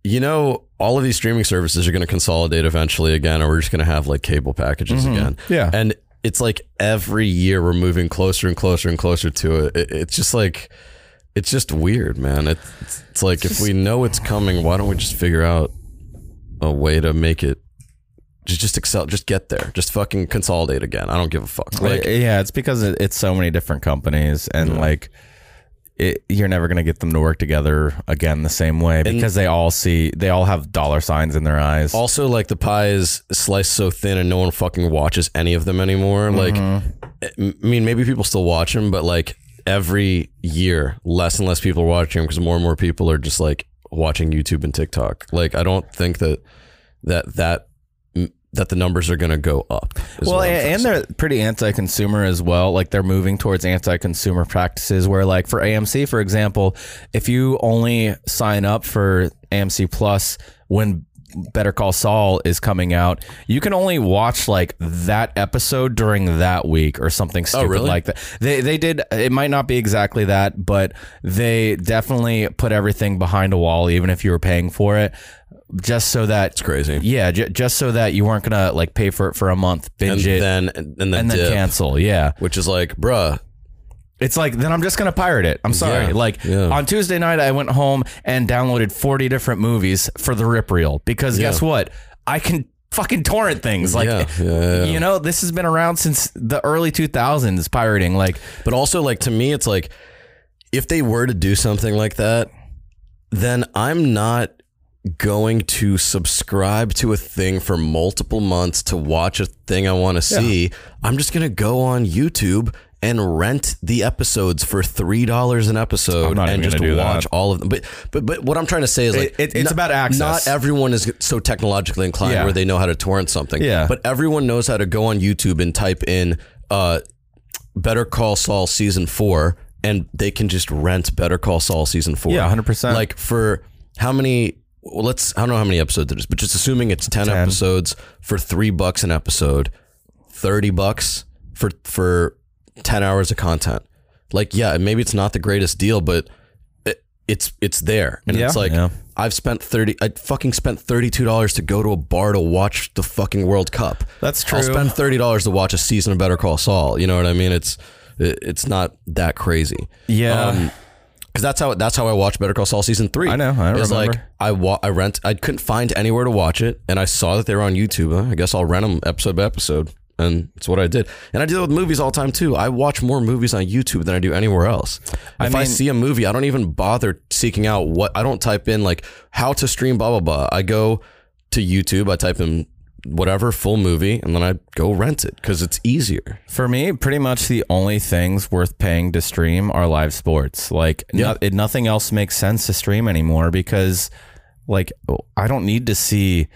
C: you know, all of these streaming services are going to consolidate eventually again, or we're just going to have like cable packages again.
D: Mm-hmm. Yeah.
C: And it's like every year we're moving closer and closer and closer to it. it it's just like, it's just weird, man. It's, it's, it's like if we know it's coming, why don't we just figure out a way to make it just, just excel, just get there, just fucking consolidate again. I don't give a fuck. Like,
D: yeah, it's because it, it's so many different companies, and like, it, you're never gonna get them to work together again the same way because they all see they all have dollar signs in their eyes.
C: also, like the pie is sliced so thin and no one fucking watches any of them anymore.
D: Mm-hmm.
C: Like, I I mean, maybe people still watch them, but like every year, less and less people are watching them because more and more people are just like watching YouTube and TikTok. Like, I don't think that that that that the numbers are going to go up. is
D: well,
C: what I'm trying to
D: and, and
C: say.
D: they're pretty anti-consumer as well. Like they're moving towards anti-consumer practices, where like for AMC, for example, if you only sign up for AMC Plus when Better Call Saul is coming out, you can only watch like that episode during that week or something stupid
C: really?
D: like that. They they did. It might not be exactly that, but they definitely put everything behind a wall, even if you were paying for it. Just so that it's
C: crazy.
D: yeah, j- just so that you weren't gonna like pay for it for a month,
C: and
D: binge it,
C: then and then,
D: and then
C: dip,
D: cancel. Yeah,
C: which is like, bruh,
D: it's like then I'm just gonna pirate it. I'm sorry.
C: Yeah,
D: Like
C: yeah.
D: on Tuesday night, I went home and downloaded 40 different movies for the rip reel because guess what? I can fucking torrent things. Like
C: Yeah, yeah, yeah, yeah.
D: you know, this has been around since the early 2000s. Pirating, like
C: But also, like to me, it's like if they were to do something like that, then I'm not going to subscribe to a thing for multiple months to watch a thing I want to see. I'm just gonna go on YouTube and rent the episodes for three dollars an episode
D: not even
C: and just
D: gonna do that.
C: watch all of them. But but but what I'm trying to say is like
D: It- it- it's about access.
C: Not everyone is so technologically inclined
D: Yeah.
C: where they know how to torrent something.
D: Yeah.
C: But everyone knows how to go on YouTube and type in uh Better Call Saul season four, and they can just rent Better Call Saul season four.
D: Yeah, 100%.
C: Like for how many? well, Let's. I don't know how many episodes it is, but just assuming it's 10, episodes for three bucks an episode, thirty bucks for for ten hours of content. Like, yeah, maybe it's not the greatest deal, but it, it's it's there, and
D: Yeah.
C: it's like
D: Yeah.
C: I've spent thirty. I fucking spent thirty two dollars to go to a bar to watch the fucking World Cup.
D: That's
C: I'll
D: true.
C: spend thirty dollars to watch a season of Better Call Saul. You know what I mean? It's it- it's not that crazy. Um,
D: Yeah.
C: Because that's how that's how I watched Better Call Saul season three.
D: I know, I
C: It's
D: remember.
C: like I wa- I rent. I couldn't find anywhere to watch it, and I saw that they were on YouTube. Huh, I guess I'll rent them episode by episode, and it's what I did. And I do that with movies all the time too. I watch more movies on YouTube than I do anywhere else. If I,
D: mean-
C: see a movie, I don't even bother seeking out what. I don't type in like how to stream blah blah blah. I go to YouTube. I type in whatever full movie, and then I go rent it because it's easier.
D: For me, pretty much the only things worth paying to stream are live sports. Like, no, it, nothing else makes sense to stream anymore because, like, I don't need to see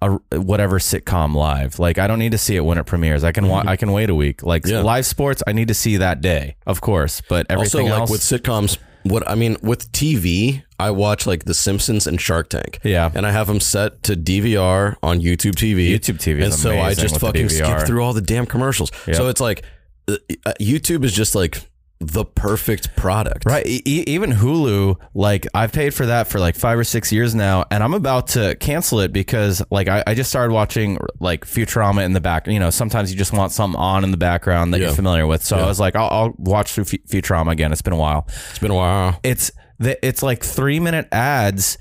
D: a whatever sitcom live. Like, I don't need to see it when it premieres. I can wa- I can wait a week. Like,
C: Mm-hmm. Yeah.
D: live sports, I need to see that day, of course. But everything
C: also, like
D: else,
C: with sitcoms, what I mean with TV, I watch like The Simpsons and Shark Tank.
D: Yeah.
C: and I have them set to DVR on YouTube TV.
D: YouTube TV is
C: and so I
D: amazing
C: just
D: with the
C: fucking
D: DVR.
C: skip through all the damn commercials.
D: Yep.
C: So it's like uh, uh, YouTube is just like the perfect product.
D: Right. E- e- even Hulu, like I've paid for that for like five or six years now, and I'm about to cancel it because like I, I just started watching like Futurama in the back. You know, sometimes you just want something on in the background that
C: Yeah.
D: you're familiar with. So I was like, I'll, I'll watch through Fu- Futurama again. It's been a while.
C: It's been a while.
D: It's th- it's like three minute ads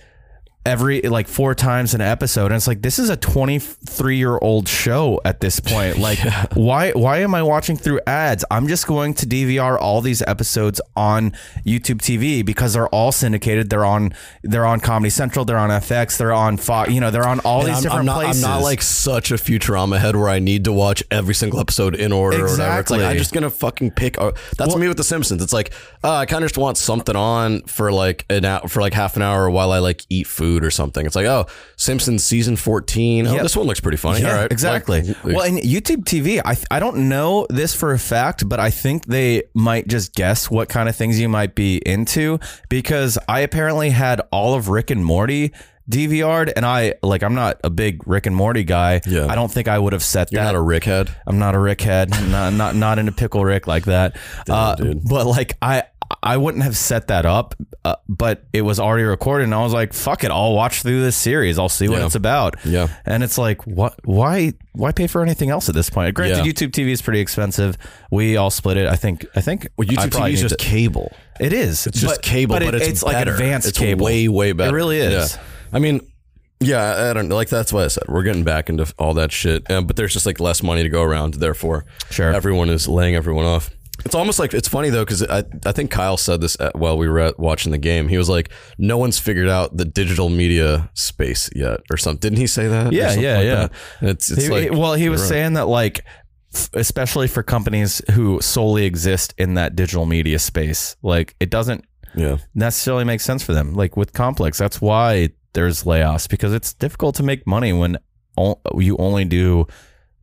D: every like four times an episode and it's like this is a 23 year old show at this point like why why am i watching through ads i'm just going to dvr all these episodes on youtube tv because they're all syndicated they're on they're on comedy central they're on fx they're on fox you know they're on all
C: And
D: these
C: I'm,
D: different
C: I'm not,
D: places
C: I'm not like such a Futurama head where I need to watch every single episode in order or whatever. It's like I'm
D: Exactly.
C: just gonna fucking pick. Or, that's me with The Simpsons. It's like uh, I kind of just want something on for like an hour, for like half an hour while I like eat food or something. It's like oh, Simpsons season 14. Oh,
D: Yep.
C: this one looks pretty funny.
D: Yeah,
C: All right,
D: exactly.
C: Like,
D: well, and YouTube TV, I I don't know this for a fact, but I think they might just guess what kind of things you might be into because I apparently had all of Rick and Morty DVR'd, and I like I'm not a big Rick and Morty guy.
C: Yeah.
D: I don't think I would have set
C: you're
D: that
C: not a Rick head.
D: I'm not a Rick head. I'm not not not into pickle Rick like that. uh,
C: dude.
D: But like I I wouldn't have set that up. Uh, but it was already recorded, and I was like, "Fuck it, I'll watch through this series. I'll see what
C: Yeah.
D: it's about."
C: Yeah.
D: And it's like, what? Why? Why pay for anything else at this point? Granted,
C: Yeah.
D: YouTube TV is pretty expensive. We all split it. I think. I think.
C: Well,
D: I
C: YouTube
D: probably
C: TV is
D: need
C: just
D: to-
C: cable.
D: it is.
C: It's just cable, but,
D: it-
C: it's,
D: like
C: better.
D: advanced
C: it's
D: cable.
C: Way way better.
D: really is.
C: Yeah. I mean, yeah, I don't like that's what I said. We're getting back into all that shit, um, but there's just like less money to go around. Therefore,
D: Sure.
C: everyone is laying everyone off. It's almost like it's funny though because I I think Kyle said this at, while we were at, watching the game. He was like, "No one's figured out the digital media space yet," or something. Didn't he say that? or
D: Yeah,
C: something
D: yeah,
C: like
D: yeah.
C: that? And it's it's
D: He-
C: like
D: he- well, he was saying that like, f- especially for companies who solely exist in that digital media space, like it doesn't
C: yeah.
D: necessarily make sense for them. Like with Complex, that's why there's layoffs because it's difficult to make money when o- you only do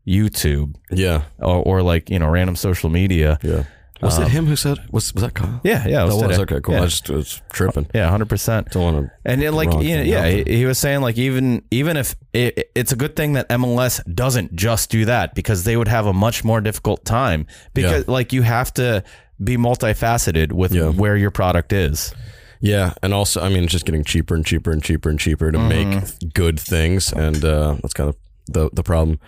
D: YouTube
C: Yeah,
D: or, or like you know random social media.
C: yeah. Was it him who said? Was was that Kyle?
D: Um, Yeah, yeah, it
C: that was
D: today.
C: okay. Cool.
D: Yeah.
C: I just was tripping.
D: yeah, hundred percent.
C: Don't want to.
D: And it, like
C: Wrong
D: you know,
C: thing
D: yeah,
C: out
D: he, he was saying like even even if it, it's a good thing that MLS doesn't just do that because they would have a much more difficult time because like you have to be multifaceted with
C: Yeah.
D: where your product is.
C: Yeah, and also, I mean, it's just getting cheaper and cheaper and cheaper and cheaper to
D: Mm-hmm.
C: make good things, and uh, that's kind of the the problem.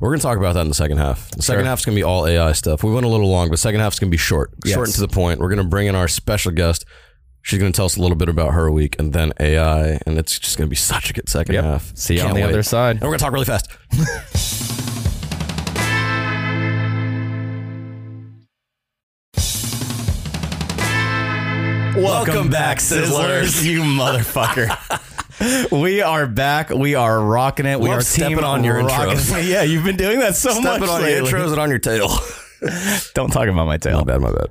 C: We're gonna talk about that in the second half. The second half's gonna be all AI stuff. We went a little long, but second half's gonna be short, short and to the point. We're gonna bring in our special guest. She's gonna tell us a little bit about her week, and then AI, and it's just gonna be such a good second half.
D: See you on
C: Can't
D: the
C: wait.
D: other side.
C: And we're gonna talk really fast. Welcome back, Sizzlers.
D: you motherfucker. we are back. We are rocking it. We
C: Love
D: are
C: stepping
D: team
C: on your
D: rocking-
C: intros.
D: Yeah, you've been doing that so
C: Step
D: much
C: it on your
D: lately.
C: intros and on your tail.
D: Don't talk about my tail.
C: bad, my bad.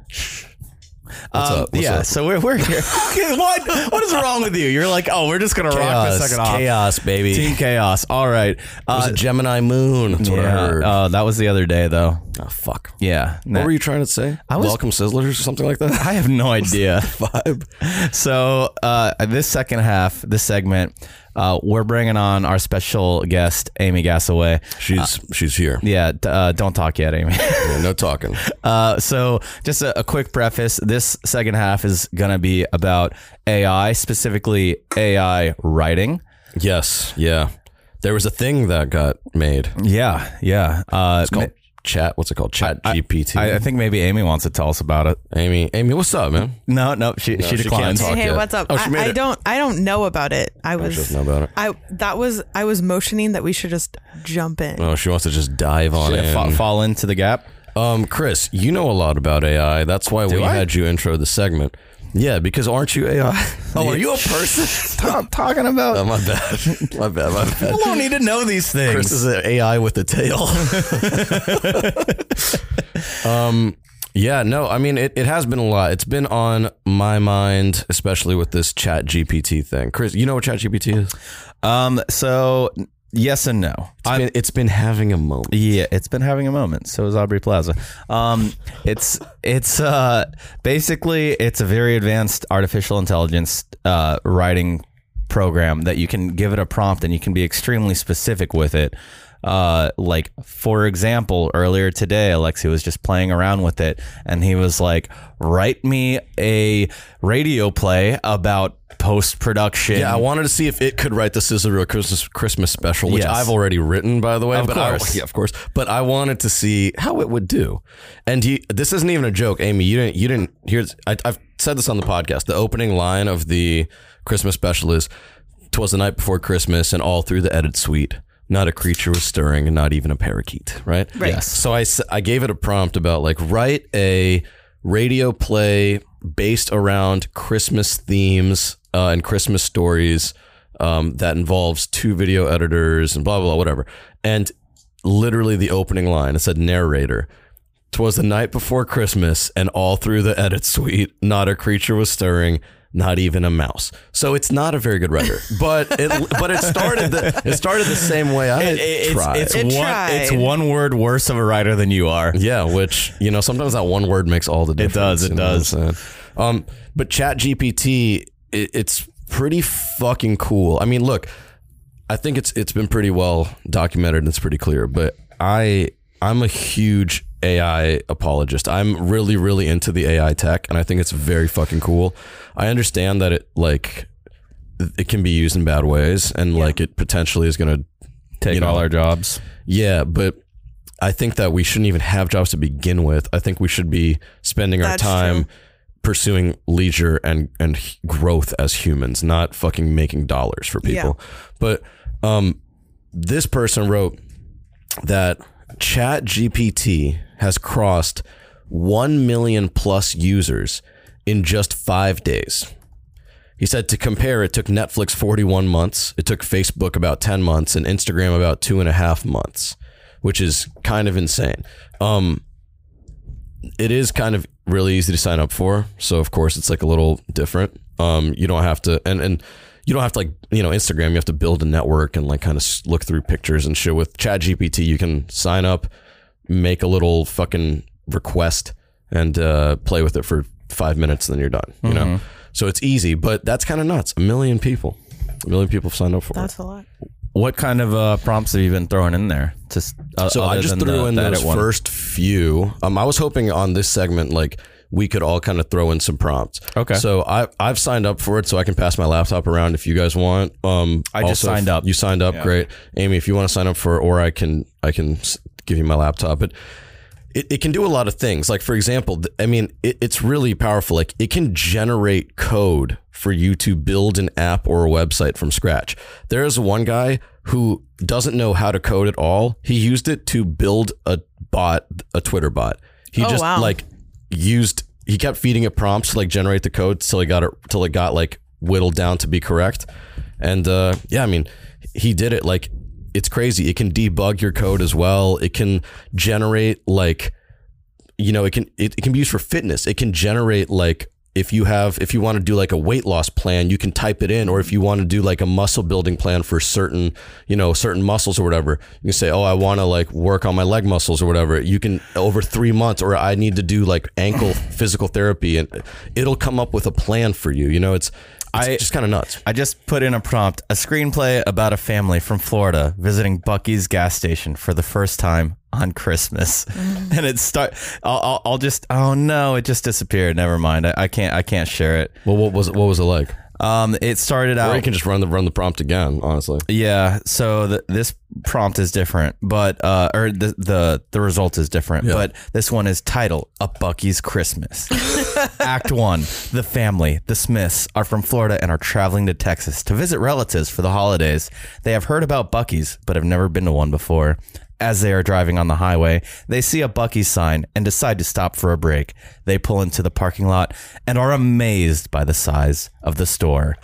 C: What's
D: Um,
C: up? What's
D: yeah,
C: up?
D: so we're, we're here. Okay, what what is wrong with you? You're like, oh, we're just gonna rock the second off.
C: chaos, baby.
D: Team chaos. All right.
C: It
D: Uh,
C: was a Gemini moon. That's what I
D: yeah,
C: heard.
D: uh, that was the other day though.
C: Oh, fuck.
D: Yeah.
C: What
D: nah.
C: were you trying to say?
D: I was-
C: Welcome Sizzlers or something like that?
D: I have no idea.
C: Vibe.
D: So uh, this second half, this segment, uh, we're bringing on our special guest, Amy Gasaway.
C: She's she's here.
D: Yeah, d- uh, don't talk yet, Amy.
C: Yeah, no talking.
D: Uh, so, just a, a quick preface this second half is going to be about AI, specifically AI writing.
C: Yes. Yeah. There was a thing that got made.
D: Yeah, yeah. Uh,
C: It's called chat. What's it called? Chat GPT.
D: I, I think maybe Amy wants to tell us about it.
C: Amy. Amy, what's up, man?
D: No, no, she, she
C: she
D: declined.
C: can't
B: Hey,
C: talk.
B: hey,
C: yet.
B: what's up?
C: Oh, she
B: I,
C: made
B: I
C: it.
B: don't I don't know about it. I was
C: doesn't know about it.
B: I that was I was motioning that we should just jump in.
C: Oh, she wants to just dive on it.
D: Did it fa- fall into the gap?
C: Um, Chris, you know a lot about AI. That's why we
D: I?
C: had you intro the segment. Yeah, because aren't you AI? Oh, are you a person?
D: Stop talking about.
C: Oh, my bad. My bad. My bad.
D: People don't need to know these things.
C: Chris is an AI with a tail. um, yeah, no, I mean, it, it has been a lot. It's been on my mind, especially with this chat GPT thing. Chris, you know what chat GPT is? It's
D: Um. So yes and no. I
C: been, it's been having a moment.
D: yeah, it's been having a moment. So is Aubrey Plaza. Um. It's it's uh basically it's a very advanced artificial intelligence uh writing program that you can give it a prompt and you can be extremely specific with it. Uh, like for example, earlier today, Alexi was just playing around with it, and he was like, "Write me a radio play about post production."
C: Yeah, I wanted to see if it could write the Sizzler Real Christmas Christmas special, which
D: Yes.
C: I've already written, by the way.
D: Of
C: but I-
D: course.
C: yeah, of course. But I wanted to see how it would do. And he, this isn't even a joke, Amy. You didn't. You didn't hear. I, I've said this on the podcast. The opening line of the Christmas special is, "Twas the night before Christmas, and all through the edit suite." Not a creature was stirring, and not even a parakeet, right?
B: Right. Yes.
C: So I, s- I gave it a prompt about like write a radio play based around Christmas themes uh, and Christmas stories um, that involves two video editors and blah, blah, blah, whatever. And literally the opening line, it said narrator. Twas the night before Christmas, and all through the edit suite, not a creature was stirring, not even a mouse. So it's not a very good writer, but it but it started the it started the same way I tried.
D: it's,
B: It
D: it's one
B: tried.
D: it's one word worse of a writer than you are.
C: Yeah, which you know sometimes that one word makes all the difference.
D: does, it
C: you know what I'm
D: does.
C: saying? Um, but Chat GPT, it, it's pretty fucking cool. I mean, look, I think it's it's been pretty well documented and it's pretty clear. But I I'm a huge AI apologist. I'm really really into the AI tech, and I think it's very fucking cool. I understand that it like it can be used in bad ways, and like it potentially is going to
D: Take
C: You know,
D: all our jobs.
C: yeah, but I think that we shouldn't even have jobs to begin with. I think we should be spending
B: That's
C: our time pursuing leisure and and h- growth as humans, not fucking making dollars for people. But um, this person wrote that Chat GPT has crossed one million plus users in just five days. He said to compare, it took Netflix 41 months, it took Facebook about 10 months, and Instagram about two and a half months, which is kind of insane. Um, it is kind of really easy to sign up for. So, of course, it's like a little different. Um, you don't have to, and, and, you don't have to like you know Instagram. You have to build a network and like kind of look through pictures and shit. With ChatGPT, you can sign up, make a little fucking request, and uh, play with it for five minutes, and then you're done. You know, so it's easy, but that's kind of nuts. A million people, a million people have signed up for it.
B: That's a lot.
D: What kind of uh, prompts have you been throwing in there? Just uh,
C: So I
D: other
C: just
D: than
C: threw
D: the,
C: in
D: the
C: those
D: edit one?
C: first few. Um, I was hoping on this segment, like we could all kind of throw in some prompts.
D: Okay.
C: So I I've signed up for it, so I can pass my laptop around if you guys want. Um,
D: I just
C: also, if
D: signed up.
C: You signed up, great. Amy, if you want to sign up for, it, or I can I can s- give you my laptop, but. It, it can do a lot of things. Like, for example, th- I mean, it, it's really powerful. Like, it can generate code for you to build an app or a website from scratch. There is one guy who doesn't know how to code at all. He used it to build a bot, a Twitter bot. He
B: Oh,
C: just
B: wow.
C: like used, he kept feeding it prompts to like generate the code till he got it, till it got like whittled down to be correct. And uh, yeah, I mean, he did it like it's crazy. It can debug your code as well. It can generate like you know, it can it, it can be used for fitness. It can generate like if you have if you want to do like a weight loss plan, you can type it in, or if you want to do like a muscle building plan for certain you know certain muscles or whatever, you can say, oh, I want to like work on my leg muscles or whatever. You can over three months, or I need to do like ankle physical therapy, and it'll come up with a plan for you. You know, it's, it's
D: I-
C: just kind of nuts.
D: I just put in a prompt, a screenplay about a family from Florida visiting Bucky's gas station for the first time on Christmas, and it start. I'll, I'll, I'll just. Oh no, it just disappeared. Never mind. I, I can't. I can't share it.
C: Well, what was it, what was it like?
D: Um, it started
C: Or
D: out.
C: you can just run the run the prompt again. Honestly,
D: Yeah. So th- this prompt is different, but uh, or the the the result is different. But this one is title: A Bucky's Christmas. Act one: The family, the Smiths, are from Florida and are traveling to Texas to visit relatives for the holidays. They have heard about Bucky's, but have never been to one before. As they are driving on the highway, they see a Bucky's sign and decide to stop for a break. They pull into the parking lot and are amazed by the size of the store.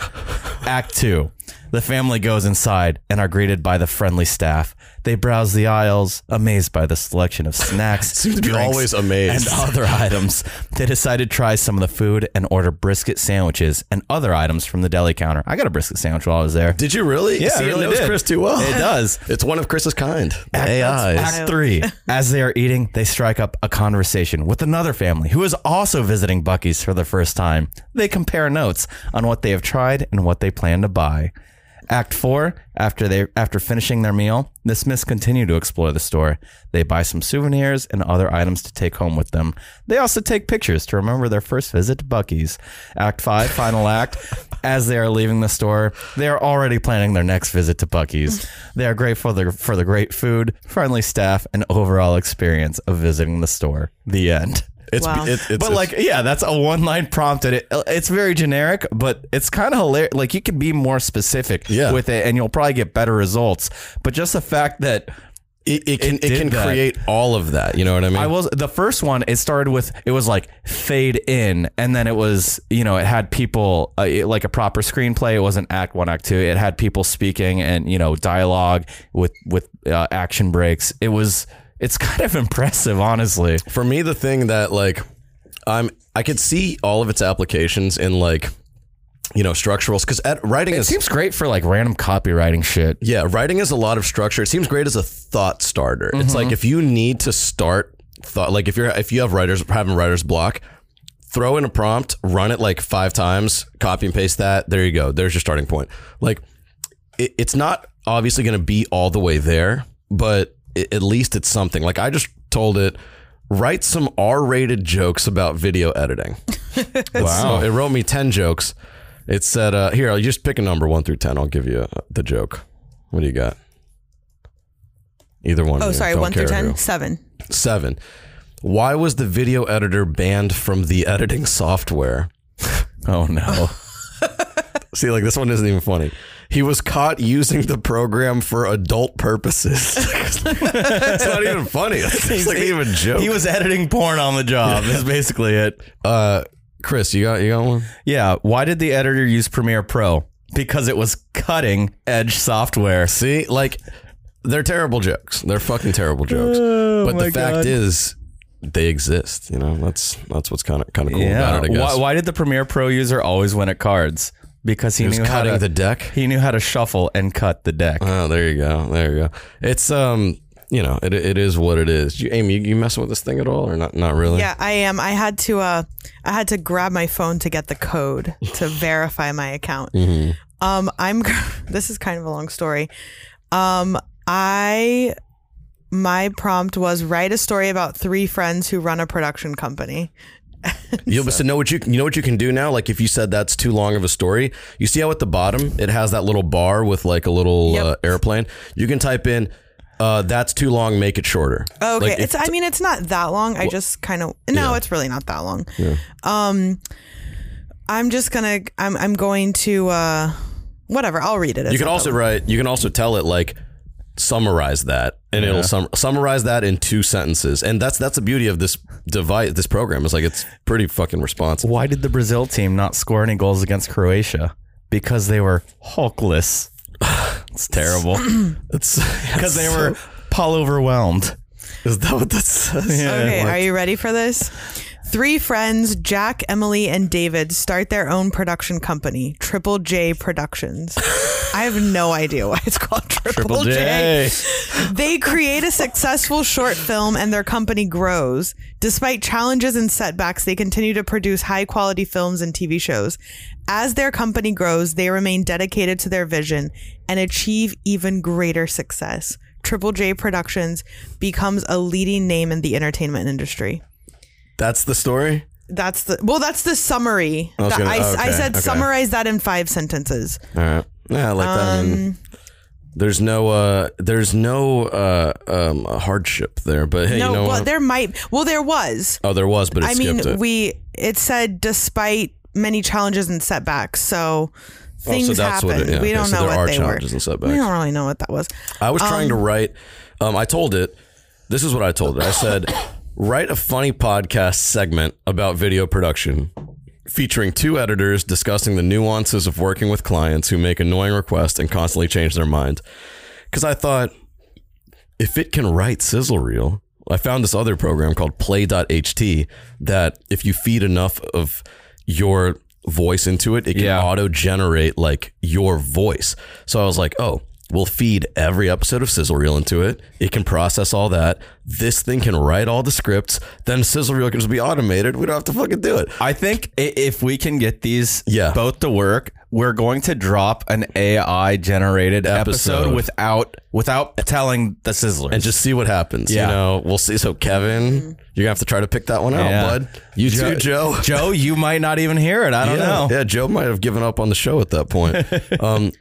D: Act two. The family goes inside and are greeted by the friendly staff. They browse the aisles, amazed by the selection of snacks.
C: Seem to be
D: drinks,
C: always amazed.
D: And other items. They decide to try some of the food and order brisket sandwiches and other items from the deli counter. I got a brisket sandwich while I was there.
C: did you really?
D: Yeah,
C: See,
D: I
C: it
D: really
C: knows
D: did.
C: Chris too well.
D: It does.
C: It's one of Chris's kind. The AIs.
D: Act three. As they are eating, they strike up a conversation with another family who is also visiting Bucky's for the first time. They compare notes on what they have tried and what they plan to buy. Act four. After they after finishing their meal, the Smiths continue to explore the store. They buy some souvenirs and other items to take home with them. They also take pictures to remember their first visit to Bucky's. Act five. Final act. As they are leaving the store, they are already planning their next visit to Bucky's.
C: Mm.
D: They are grateful for the, for the great food, friendly staff, and overall experience of visiting the store. The end.
C: It's,
B: Wow.
C: it- it's
D: but
C: it's-
D: like, yeah, that's a one line prompt, and it, it's very generic, but it's kind of hilarious. Like, you could be more specific
C: Yeah.
D: with it, and you'll probably get better results. But just the fact that
C: it, it can it,
D: did
C: can
D: that.
C: create all of that. You know what I mean?
D: I was the first one. It started with it was like fade in, and then it was you know it had people uh, it- like a proper screenplay. It wasn't act one, act two. It had people speaking and you know dialogue with with uh, action breaks. It was it's kind of impressive, honestly.
C: for me the thing that like I'm I could see all of its applications in like you know structurals because writing
D: It
C: is
D: seems great for like random copywriting shit.
C: yeah writing is a lot of structure. It seems great as a thought starter. It's like if you need to start thought like if you're if you have writers having writer's block. Throw in a prompt, run it like five times, copy and paste that. There you go. There's your starting point. Like, it, it's not obviously going to be all the way there, but i at least it's something. Like I just told it, write some R-rated jokes about video editing. wow! it wrote me ten jokes. It said, uh, "Here, I'll just pick a number one through ten. I'll give you uh, the joke. What do you got? Either one.
B: Oh,
C: of you.
B: sorry.
C: Don't
B: One through
C: care
B: ten.
C: who.
B: Seven.
C: Seven. Why was the video editor banned from the editing software?
D: Oh no.
C: See, like this one isn't even funny. He was caught using the program for adult purposes. it's not even funny. It's like even a joke.
D: He was editing porn on the job. That's basically it.
C: uh, Chris, you got you got one.
D: Yeah. Why did the editor use Premiere Pro? Because it was cutting edge software.
C: See, like they're terrible jokes. They're fucking terrible jokes. but the
D: Oh my
C: fact
D: God.
C: is, they exist. You know, that's that's what's kind of kind of cool
D: Yeah.
C: about it. I guess.
D: Why, why did the Premiere Pro user always win at cards? Because he,
C: was
D: knew how
C: cutting
D: to,
C: the deck?
D: He knew how to shuffle and cut the deck.
C: Oh, there you go. There you go. It's um, you know, it, it is what it is. You, Amy, you, you messing with this thing at all, or not? Not really.
B: Yeah, I am. I had to. Uh, I had to grab my phone to get the code to verify my account.
C: Mm-hmm.
B: Um, I'm. This is kind of a long story. Um, I. My prompt was write a story about three friends who run a production company.
C: You so. know what you you know what you can do now. Like if you said that's too long of a story, you see how at the bottom it has that little bar with like a little
B: Yep.
C: uh, airplane. You can type in, uh, "That's too long. Make it shorter."
B: Oh, okay.
C: Like, if-
B: it's. I mean, it's not that long. I just kind of. No, it's really not that long. Um, I'm just gonna. I'm. I'm going to. Uh, whatever. I'll read it.
C: you can also write. You can also tell it like summarize that, and it'll sum, summarize that in two sentences. And that's that's the beauty of this device. This program is like it's pretty fucking responsive.
D: Why did the Brazil team not score any goals against Croatia? Because they were Hulkless. it's terrible.
C: It's
D: Because they were Paul overwhelmed.
C: Is that what that says?
B: Okay, are you ready for this? Three friends, Jack, Emily, and David, start their own production company, Triple J Productions. I have no idea why it's called Triple,
D: Triple J.
B: They create a successful short film and their company grows. Despite challenges and setbacks, they continue to produce high quality films and TV shows. As their company grows, they remain dedicated to their vision and achieve even greater success. Triple J Productions becomes a leading name in the entertainment industry.
C: That's the story.
B: That's the well. That's the summary.
C: was
B: That-
C: gonna-
B: I, I
C: okay,
B: said
C: okay.
B: summarize that in five sentences.
C: All right. Yeah, I like that. I
B: Um,
C: mean, there's no uh, there's no uh, um, hardship there, but hey,
B: no,
C: you know
B: well,
C: what?
B: there might. Well, there was.
C: oh, there was, but it
B: I mean,
C: skipped it.
B: we. It said despite many challenges and setbacks, so things
C: Oh, that's
B: happen.
C: what it- yeah,
B: we
C: okay,
B: don't
C: so
B: know
C: there
B: what
C: are
B: they
C: challenges
B: were.
C: and setbacks.
B: We don't really know what that was.
C: I was trying to write. Um, I told it. This is what I told it. I said, write a funny podcast segment about video production, featuring two editors discussing the nuances of working with clients who make annoying requests and constantly change their mind. Because I thought, if it can write sizzle reel, I found this other program called Play.ht that if you feed enough of your voice into it, it can
D: Yeah.
C: auto generate like your voice. So I was like, oh, we'll feed every episode of Sizzle Reel into it. It can process all that. This thing can write all the scripts. Then Sizzle Reel can just be automated. We don't have to fucking do it.
D: I think i- if we can get these
C: Yeah.
D: both to work, we're going to drop an AI generated episode,
C: Episode.
D: without without telling the sizzler.
C: And just see what happens.
D: Yeah.
C: You know, we'll see. So Kevin, you're gonna have to try to pick that one out,
D: Yeah.
C: bud. You too, Joe.
D: Joe, you might not even hear it. I don't
C: yeah,
D: know.
C: Yeah, Joe might have given up on the show at that point. um,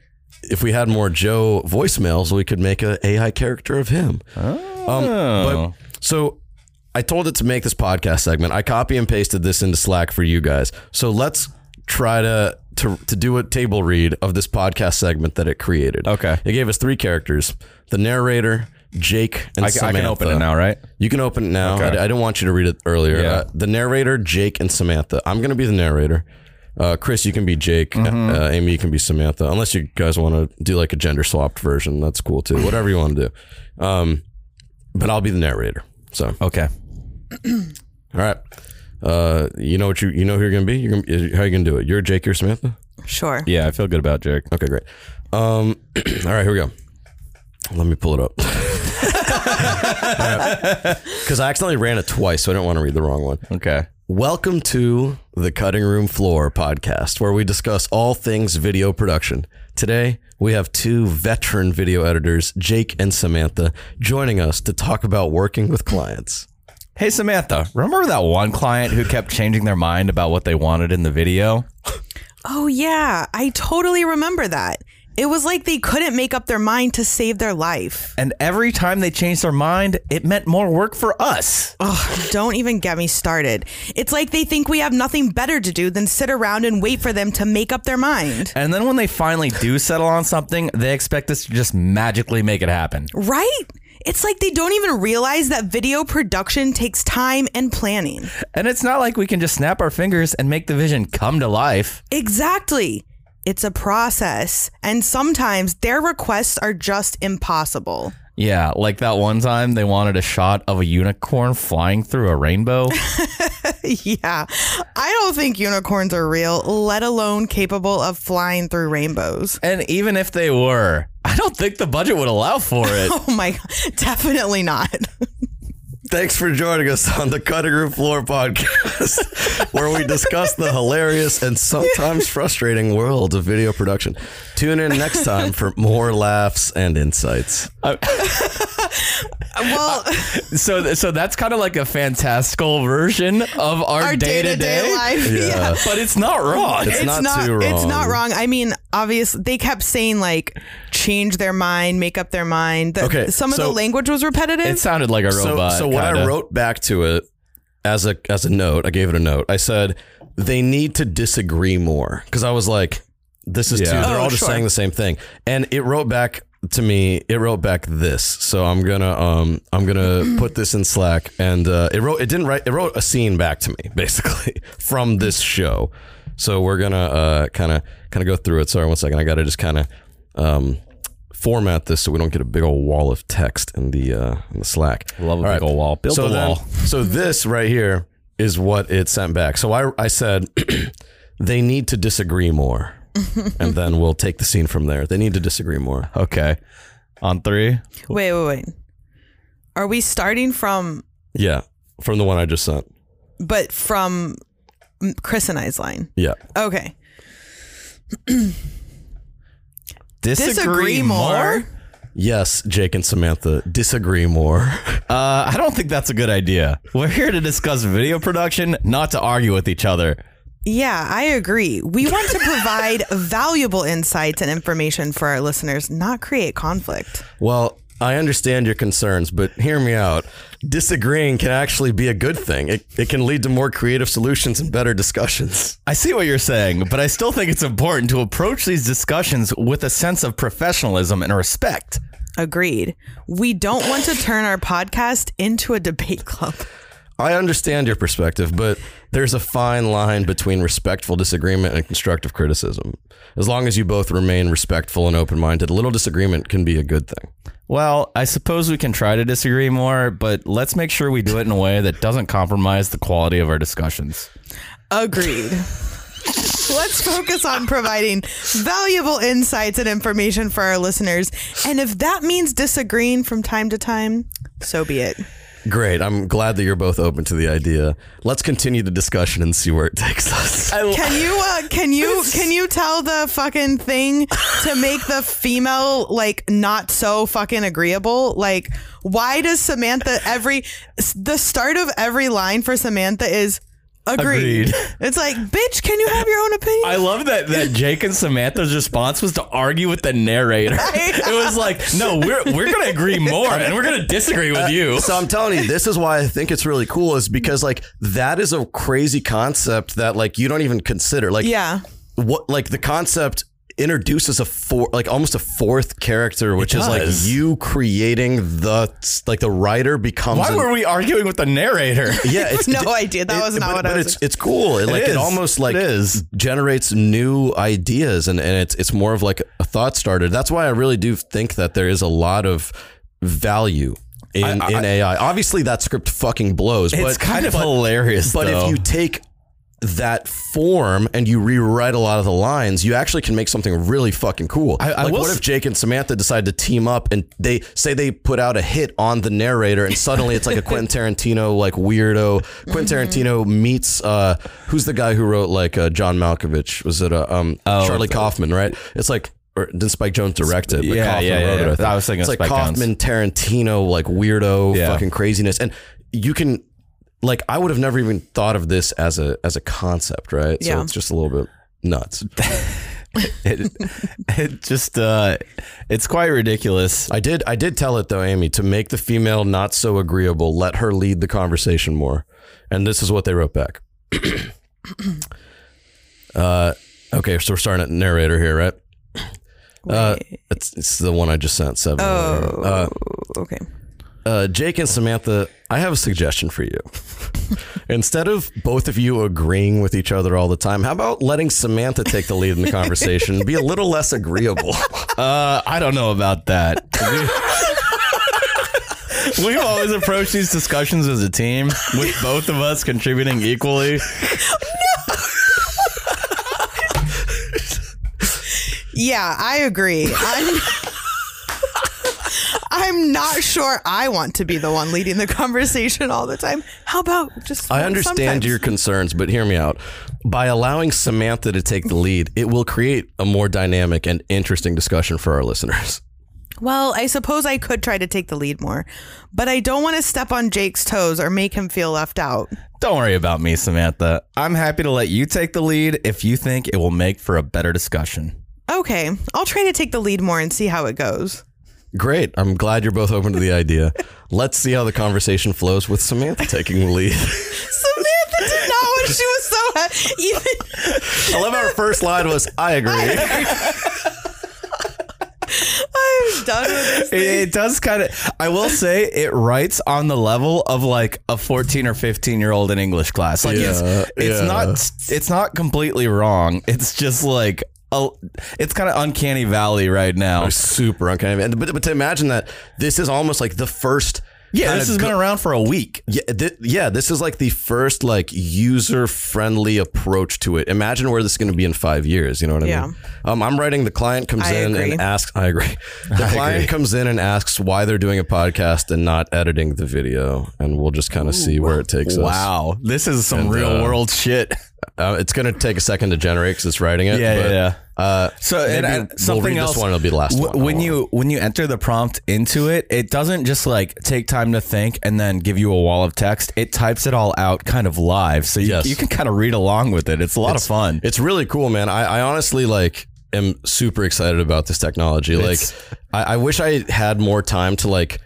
C: if we had more Joe voicemails, we could make a AI character of him.
D: Oh.
C: Um, but so I told it to make this podcast segment. I copy and pasted this into Slack for you guys. So let's try to to to do a table read of this podcast segment that it created.
D: Okay.
C: It gave us three characters: the narrator, Jake, and
D: I, ca- I can
C: Samantha.
D: open it now, right?
C: You can open it now.
D: Okay.
C: I, I didn't want you to read it earlier.
D: Yeah.
C: Uh, the narrator, Jake and Samantha. I'm going to be the narrator. Uh, Chris, you can be Jake.
D: Mm-hmm.
C: Uh, Amy, you can be Samantha. Unless you guys want to do like a gender swapped version, that's cool too. Whatever you want to do. Um, but I'll be the narrator. So, all
D: Okay.
C: right. Uh, you know what you you know who you're gonna be. You're gonna, is- how you gonna do it? You're Jake. You're Samantha.
B: Sure.
D: Yeah, I feel good about Jake.
C: Okay, great. Um, all right, here we go. Let me pull it up. Because I accidentally ran it twice, so I don't want to read the wrong one.
D: Okay.
C: Welcome to the Cutting Room Floor podcast, where we discuss all things video production. Today, we have two veteran video editors, Jake and Samantha, joining us to talk about working with clients.
D: Hey Samantha, remember that one client who kept changing their mind about what they wanted in the video?
B: Oh yeah, I totally remember that. It was like they couldn't make up their mind to save their life.
D: And every time they changed their mind, it meant more work for us.
B: Ugh, don't even get me started. It's like they think we have nothing better to do than sit around and wait for them to make up their mind.
D: And then when they finally do settle on something, they expect us to just magically make it happen.
B: Right? It's like they don't even realize that video production takes time and planning.
D: And it's not like we can just snap our fingers and make the vision come to life.
B: Exactly. It's a process, and sometimes their requests are just impossible.
D: Yeah, like that one time they wanted a shot of a unicorn flying through a rainbow.
B: yeah. I don't think unicorns are real, let alone capable of flying through rainbows.
D: and even if they were, I don't think the budget would allow for it.
B: Oh my God. Definitely not.
C: Thanks for joining us on the Cutting Room Floor podcast, where we discuss the hilarious and sometimes frustrating world of video production. Tune in next time for more laughs and insights.
B: well,
D: so th- so that's kind of like a fantastical version of our,
B: our day to day life. yeah.
D: But it's not wrong.
C: It's not too
B: Uh, It's
C: wrong.
B: not wrong. I mean, obviously, they kept saying like change their mind, make up their mind. The-
C: Okay,
B: some of the
C: so-
B: language was repetitive.
D: It sounded like a robot.
C: So, so what I
D: kinda.
C: wrote back to it as a as a note, I gave it a note. I said they need to disagree more because I was like, this is
D: Yeah.
C: too. They're
B: Oh,
C: all just
B: sure.
C: saying the same thing, and it wrote back to me. It wrote back this. So I'm gonna um I'm gonna put this in Slack, and uh, it wrote it didn't write it wrote a scene back to me basically from this show. So we're gonna kind of kind of go through it. Sorry, one second. I gotta just kind of. Um, format this so we don't get a big old wall of text in the uh, in the Slack.
D: Love a big old wall. Build
C: so
D: a wall.
C: So this right here is what it sent back. So I, I said, they need to disagree more. and then we'll take the scene from there. They need to disagree more.
D: Okay. On three.
B: Wait, wait, wait. Are we starting from,
C: Yeah. From the one I just sent.
B: but from mm, Chris and I's line?
C: Yeah.
B: Okay.
D: Disagree,
C: Yes, Jake and Samantha disagree more.
D: Uh, I don't think that's a good idea. We're here to discuss video production, not to argue with each other.
B: Yeah, I agree. We want to provide valuable insights and information for our listeners, not create conflict.
C: Well, I understand your concerns, but hear me out. Disagreeing can actually be a good thing. It, it can lead to more creative solutions and better discussions.
D: I see what you're saying, but I still think it's important to approach these discussions with a sense of professionalism and respect.
B: Agreed. We don't want to turn our podcast into a debate club.
C: I understand your perspective, but there's a fine line between respectful disagreement and constructive criticism. As long as you both remain respectful and open minded, a little disagreement can be a good thing.
D: Well, I suppose we can try to disagree more, but let's make sure we do it in a way that doesn't compromise the quality of our discussions.
B: Agreed. Let's focus on providing valuable insights and information for our listeners. And if that means disagreeing from time to time, so be it.
C: Great. I'm glad that you're both open to the idea. Let's continue the discussion and see where it takes us.
B: Can you uh, can you can you tell the fucking thing to make the female like not so fucking agreeable? Like why does Samantha every s- the start of every line for Samantha is agreed.
D: Agreed.
B: It's like, bitch, can you have your own opinion?
D: I love that that Jake and Samantha's response was to argue with the narrator. It was like, no, we're we're gonna agree more, and we're gonna disagree with you.
C: So I'm telling you, this is why I think it's really cool, is because like that is a crazy concept that like you don't even consider. Like
B: yeah.
C: what like the concept introduces a four like almost a fourth character, which is like
D: does.
C: you creating the like the writer becomes
D: Why
C: an-
D: were we arguing with the narrator?
C: yeah, it's
B: No idea. That was not
C: but,
B: what I
C: but
B: was
C: it's it's cool. It, like
D: is.
C: it almost like
D: It is.
C: generates new ideas, and, and it's it's more of like a thought starter. That's why I really do think that there is a lot of value in, in AI. Obviously, that script fucking blows,
D: It's
C: but
D: kind of hilarious.
C: but
D: though.
C: if you take that form and you rewrite a lot of the lines, you actually can make something really fucking cool.
D: I
C: like,
D: will
C: what
D: s-
C: if Jake and Samantha decide to team up and they say they put out a hit on the narrator, and suddenly it's like a Quentin Tarantino like weirdo.
D: Mm-hmm.
C: Quentin Tarantino meets uh, who's the guy who wrote like uh, John Malkovich? Was it uh, um,
D: Oh,
C: Charlie Kaufman? Right? It's like. Or didn't Spike Jones direct it? But
D: Yeah,
C: Kaufman
D: yeah, yeah,
C: wrote it.
D: yeah.
C: I, think.
D: I was thinking
C: it's
D: of
C: like
D: Spike Jonze.
C: Kaufman, Tarantino, like weirdo
D: Yeah.
C: fucking craziness, and you can like I would have never even thought of this as a as a concept, right? So
B: Yeah.
C: it's just a little bit nuts.
D: it, it just uh, it's quite ridiculous.
C: I did I did tell it though, Amy, to make the female not so agreeable, let her lead the conversation more. And this is what they wrote back. uh okay, so we're starting at narrator here, right? Uh, it's, it's the one I just sent seven.
B: Oh,
C: Uh,
B: okay.
C: uh, Jake and Samantha, I have a suggestion for you. Instead of both of you agreeing with each other all the time, how about letting Samantha take the lead in the conversation and be a little less agreeable?
D: Uh, I don't know about that. We- We've always approached these discussions as a team, with both of us contributing equally.
B: Yeah, I agree. I'm I'm not sure I want to be the one leading the conversation all the time. How about just
C: I understand
B: sometimes?
C: your concerns, but hear me out. By allowing Samantha to take the lead, it will create a more dynamic and interesting discussion for our listeners.
B: Well, I suppose I could try to take the lead more, but I don't want to step on Jake's toes or make him feel left out.
D: Don't worry about me, Samantha. I'm happy to let you take the lead if you think it will make for a better discussion.
B: Okay, I'll try to take the lead more and see how it goes.
C: Great. I'm glad you're both open to the idea. Let's see how the conversation flows with Samantha taking the lead.
B: Samantha did not when she was so ha- even
C: I love our first line was I agree.
B: I'm done with this.
D: It, it does kind of, I will say, it writes on the level of like a 14 or 15 year old in English class. Like
C: Yeah,
D: it's, it's
C: yeah.
D: not, it's not completely wrong. It's just like, a, it's kind of uncanny valley right now.
C: super uncanny. And but, but to imagine that this is almost like the first
D: Yeah,
C: kinda
D: this has been
C: go-
D: around for a week.
C: Yeah, th- yeah, this is like the first like user friendly approach to it. Imagine where this is going to be in five years. You know what I
B: Yeah.
C: mean? Um, I'm writing. The client comes
B: I
C: in
B: agree.
C: and asks. I agree. The client comes in and asks why they're doing a podcast and not editing the video, and we'll just kind of see where it takes us.
D: Wow, this is some real world shit.
C: Uh, it's going to take a second to generate because it's writing it.
D: Yeah,
C: but,
D: yeah, yeah.
C: Uh,
D: So and,
C: maybe
D: and something
C: we'll read
D: else.
C: This one it'll be the last
D: Wh-
C: one.
D: When you when you enter the prompt into it, it doesn't just like take time to think and then give you a wall of text. It types it all out kind of live, so you,
C: Yes.
D: you can kind of read along with it. It's a lot of fun.
C: It's really cool, man. I, I honestly like am super excited about this technology. Like,
D: It's-
C: I, I wish I had more time to like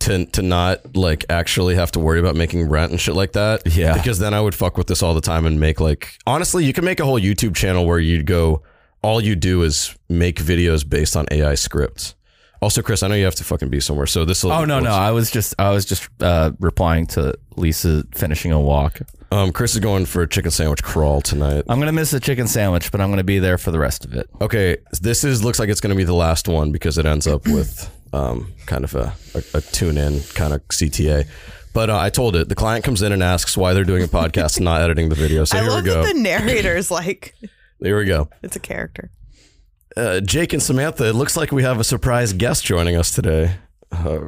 C: to to not like actually have to worry about making rent and shit like that.
D: Yeah.
C: because then I would fuck with this all the time and make like honestly, you can make a whole YouTube channel where you'd go. All you do is make videos based on AI scripts. Also, Chris, I know you have to fucking be somewhere, so this will.
D: Oh no, no, I was just I was just uh, replying to Lisa finishing a walk.
C: Um, Chris is going for a chicken sandwich crawl tonight.
D: I'm gonna miss the chicken sandwich, but I'm gonna be there for the rest of it.
C: Okay, this is looks like it's going to be the last one because it ends up with um, kind of a, a, a tune in kind of CTA. But uh, I told it. The client comes in and asks why they're doing a podcast and not editing the video. So
B: I
C: here we
B: love
C: go.
B: that the narrator's like
C: here we go.
B: it's a character.
C: Uh, Jake and Samantha. It looks like we have a surprise guest joining us today. Uh,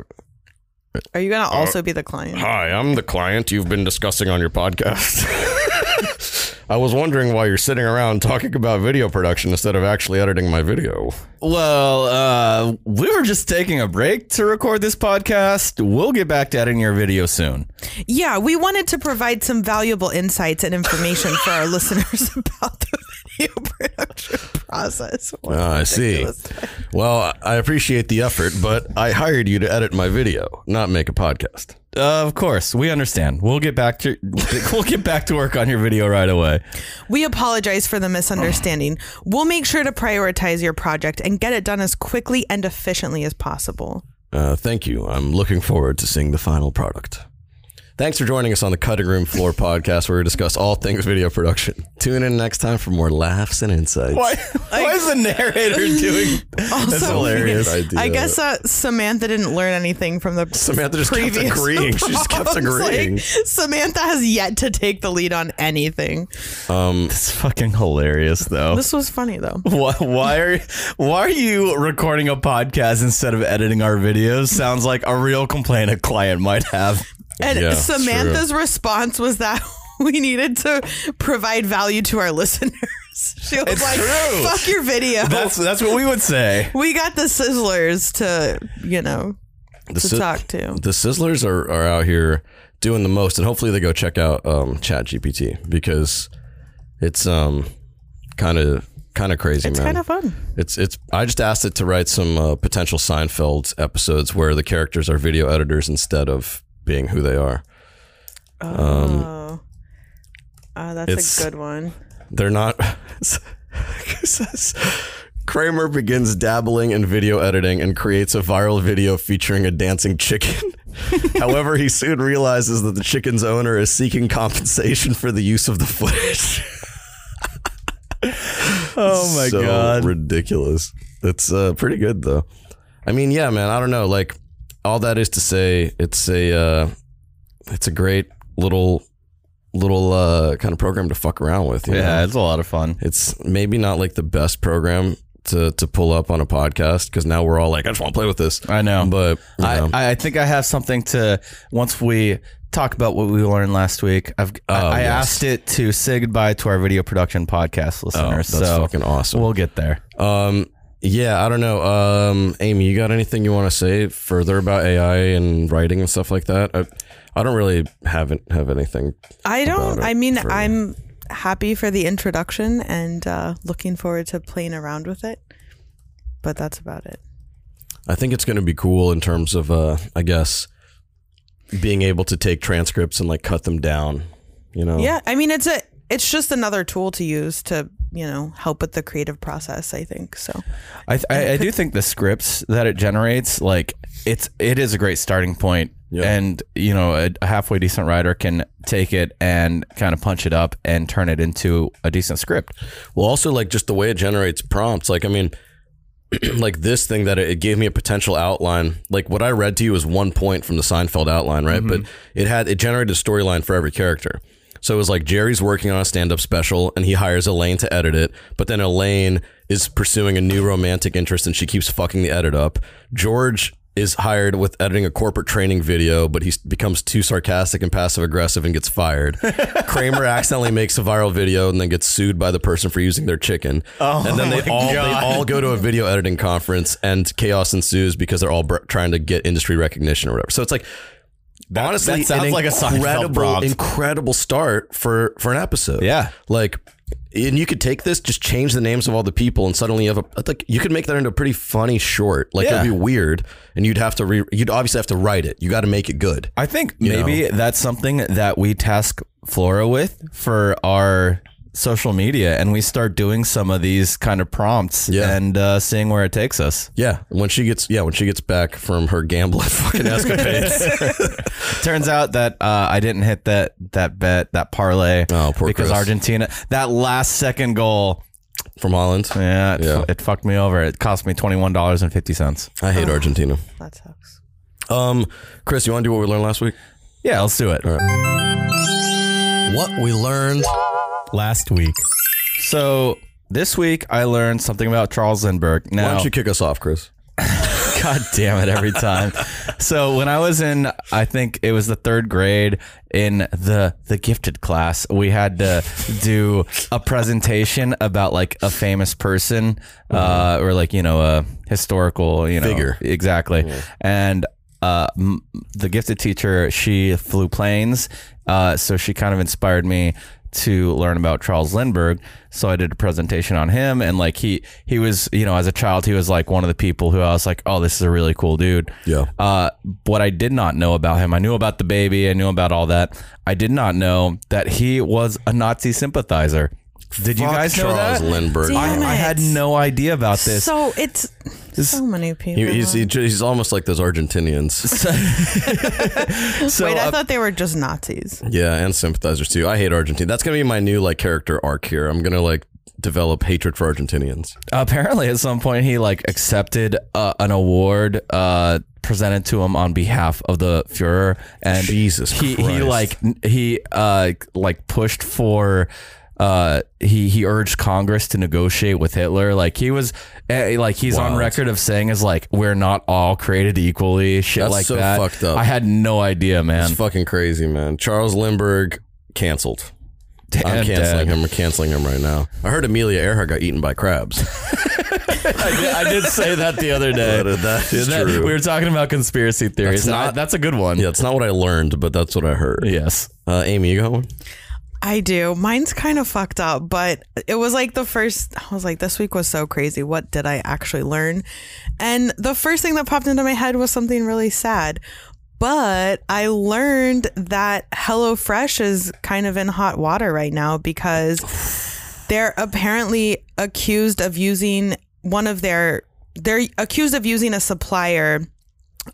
B: Are you gonna also be the client?
C: Hi, I'm the client you've been discussing on your podcast. I was wondering why you're sitting around talking about video production instead of actually editing my video.
D: Well, uh, we were just taking a break to record this podcast. We'll get back to editing your video soon.
B: Yeah, we wanted to provide some valuable insights and information for our listeners about the video production process. What a
C: Ah, I see.
B: ridiculous thing.
C: Well, I appreciate the effort, but I hired you to edit my video, not make a podcast.
D: Uh, of course, we understand. We'll get back to we'll get back to work on your video right away.
B: We apologize for the misunderstanding. We'll make sure to prioritize your project and get it done as quickly and efficiently as possible.
C: Uh, thank you. I'm looking forward to seeing the final product. Thanks for joining us on the Cutting Room Floor podcast, where we discuss all things video production. Tune in next time for more laughs and insights.
D: Why, why is the narrator doing?
B: Also,
D: hilarious
C: idea.
B: I guess uh, Samantha didn't learn anything from the
C: Samantha just kept
B: previous
C: agreeing. She just kept
B: prompts. Like,
C: agreeing.
B: Samantha has yet to take the lead on anything.
C: Um,
D: It's fucking hilarious though.
B: This was funny though.
D: Why, why are why are you recording a podcast instead of editing our videos? Sounds like a real complaint a client might have.
B: And
C: Yeah,
B: Samantha's response was that we needed to provide value to our listeners. She was
D: It's
B: like,
D: true.
B: "Fuck your video."
D: That's that's what we would say.
B: we got the sizzlers to, you know,
C: The
B: to
C: Sis-
B: talk to.
C: The Sizzlers are, are out here doing the most, and hopefully they go check out um, ChatGPT because it's um kind of kind of crazy,
B: It's
C: man.
B: kind of fun.
C: It's it's. I just asked it to write some uh, potential Seinfeld episodes where the characters are video editors instead of being who they are.
B: Oh, oh
C: it's-
B: that's a good one.
C: They're not. Kramer begins dabbling in video editing and creates a viral video featuring a dancing chicken. However, he soon realizes that the chicken's owner is seeking compensation for the use of the footage.
D: Oh my
C: so
D: god.
C: ridiculous. It's uh, pretty good though. I mean, yeah, man. I don't know. Like, all that is to say, it's a uh, it's a great little little uh, kind of program to fuck around with. you know?
D: yeah, it's a lot of fun.
C: it's maybe not like the best program to to pull up on a podcast because now we're all like, I just want to play with this.
D: I know.
C: but you know.
D: I, I think I have something to once we talk about what we learned last week. I've I,
C: Oh,
D: I
C: yes. Oh,
D: asked it to say goodbye to our video production podcast listeners.
C: that's
D: so
C: fucking awesome.
D: we'll get there.
C: um, yeah, I don't know. Um, Amy, you got anything you want to say further about AI and writing and stuff like that? I, I don't really haven't have anything.
B: I don't.
C: about it
B: I mean,
C: for-
B: I'm happy for the introduction and uh, looking forward to playing around with it. But that's about it.
C: I think it's going to be cool in terms of, uh, I guess, being able to take transcripts and like cut them down. You know?
B: Yeah, I mean, it's a it's just another tool to use to you know help with the creative process. I think so.
D: I, th- I, I do think the scripts that it generates, like it's it is a great starting point,
C: Yeah.
D: and you know a, a halfway decent writer can take it and kind of punch it up and turn it into a decent script.
C: Well, also like just the way it generates prompts. Like, I mean, like this thing that it, it gave me a potential outline. Like what I read to you was one point from the Seinfeld outline, right? But it had it generated a storyline for every character. So it was like Jerry's working on a stand-up special and he hires Elaine to edit it, but then Elaine is pursuing a new romantic interest and she keeps fucking the edit up. George is hired with editing a corporate training video, but he becomes too sarcastic and passive aggressive and gets fired. Kramer accidentally makes a viral video and then gets sued by the person for using their chicken. Oh, and then they all they all go to a video editing conference and chaos ensues because they're all br- trying to get industry recognition or whatever. So it's like honestly
D: that sounds
C: an
D: like a Seinfeld
C: incredible
D: prompt.
C: incredible start for for an episode.
D: Yeah.
C: Like and you could take this, just change the names of all the people, and suddenly you have a like you could make that into a pretty funny short. Like
D: Yeah.
C: it'd be weird, and you'd have to re, you'd obviously have to write it. You got to make it good.
D: I think maybe that's something that we task Flora with for our social media, and we start doing some of these kind of prompts
C: Yeah.
D: and uh, seeing where it takes us.
C: Yeah, when she gets yeah when she gets back from her gambling fucking escapades,
D: Turns out that uh, I didn't hit that that bet that parlay
C: Oh, poor
D: because
C: Chris.
D: Argentina that last second goal
C: from Holland.
D: yeah it,
C: Yeah.
D: it fucked me over it cost me twenty one dollars and fifty cents
C: I hate Argentina.
B: That sucks.
C: Um, Chris, you want to do what we learned last week?
D: yeah let's do it
C: What we learned.
E: Last week,
D: so this week I learned something about Charles Lindbergh now
C: Why don't you kick us off, Chris?
D: God damn it every time. so when I was in, I think it was the third grade in the the gifted class, we had to do a presentation about like a famous person, uh, or like you know a historical you know
C: Figure.
D: exactly. And uh, m- the gifted teacher, she flew planes, uh, so she kind of inspired me to learn about Charles Lindbergh. So I did a presentation on him, and like he he was, you know, as a child, he was like one of the people who I was like, oh, this is a really cool dude.
C: Yeah.
D: Uh, what I did not know about him, I knew about the baby, I knew about all that. I did not know that he was a Nazi sympathizer. Did you
C: Fuck
D: guys know
C: Charles
D: that?
C: Lindbergh.
B: Damn
D: I,
B: it.
D: I had no idea about this.
B: So it's so many people.
C: He, he's, he, he's almost like those Argentinians.
D: So,
B: Wait, I
D: uh,
B: thought they were just Nazis.
C: yeah, and sympathizers too. I hate Argentina. That's gonna be my new like character arc here. I'm gonna like develop hatred for Argentinians.
D: apparently at some point he like accepted uh, an award uh presented to him on behalf of the Führer and
C: Jesus
D: he he
C: Christ.
D: like n- he uh like pushed for uh he he urged Congress to negotiate with Hitler like he was eh, like he's on
C: Wow.
D: record of saying is like we're not all created equally shit
C: That's
D: like
C: so
D: that
C: fucked up.
D: I had no idea man
C: It's fucking crazy, man. Charles Lindbergh canceled. I'm
D: Damn,
C: canceling
D: Dad.
C: him. I'm canceling him right now. I heard Amelia Earhart got eaten by crabs.
D: I did, I did say that the other day
C: But that is
D: That-
C: true.
D: we were talking about conspiracy theories
C: That's
D: and I-
C: not-
D: that's a good one
C: yeah, it's not what I learned, but that's what I heard.
D: yes
C: Uh, Amy, you got one?
B: I do. Mine's kind of fucked up, but it was like the first. I was like, this week was so crazy. What did I actually learn? And the first thing that popped into my head was something really sad. But I learned that HelloFresh is kind of in hot water right now because they're apparently accused of using one of their they're accused of using a supplier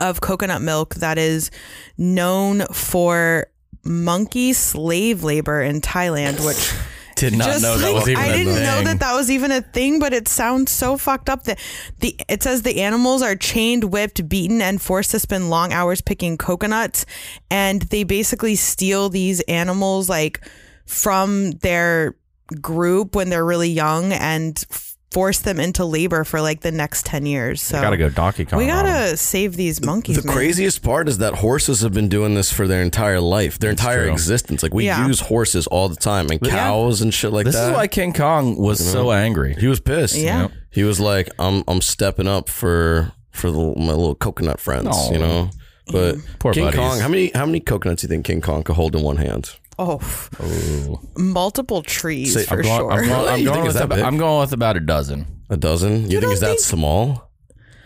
B: of coconut milk that is known for monkey slave labor in Thailand which
D: Did not
B: just
D: know that
B: like,
D: was even
B: I
D: a
B: didn't know
D: thing.
B: that that was even a thing but it sounds so fucked up that the it says the animals are chained whipped beaten and forced to spend long hours picking coconuts and they basically steal these animals like from their group when they're really young and f- force them into labor for like the next 10 years so
D: Donkey Kong.
B: we gotta save these monkeys
C: The
B: man.
C: craziest part is that horses have been doing this for their entire life, their entire
D: true.
C: existence. Like we
B: Yeah.
C: use horses all the time and cows and shit like
D: This
C: that.
D: is why King Kong was so angry.
C: he was pissed.
B: Yeah. Yep.
C: He was like, I'm I'm stepping up for for the, my little coconut friends,
D: Aw.
C: you know. But
D: Poor
C: King
D: buddies.
C: Kong, how many how many coconuts do you think King Kong could hold in one hand?
B: oh, multiple trees
C: Say-
B: for
D: I'm going-
B: sure
D: I'm going- I'm
C: You think
D: going
C: it's
D: with
C: that
D: about-
C: big?
D: I'm going with about a dozen.
C: A dozen? You, think it's that small?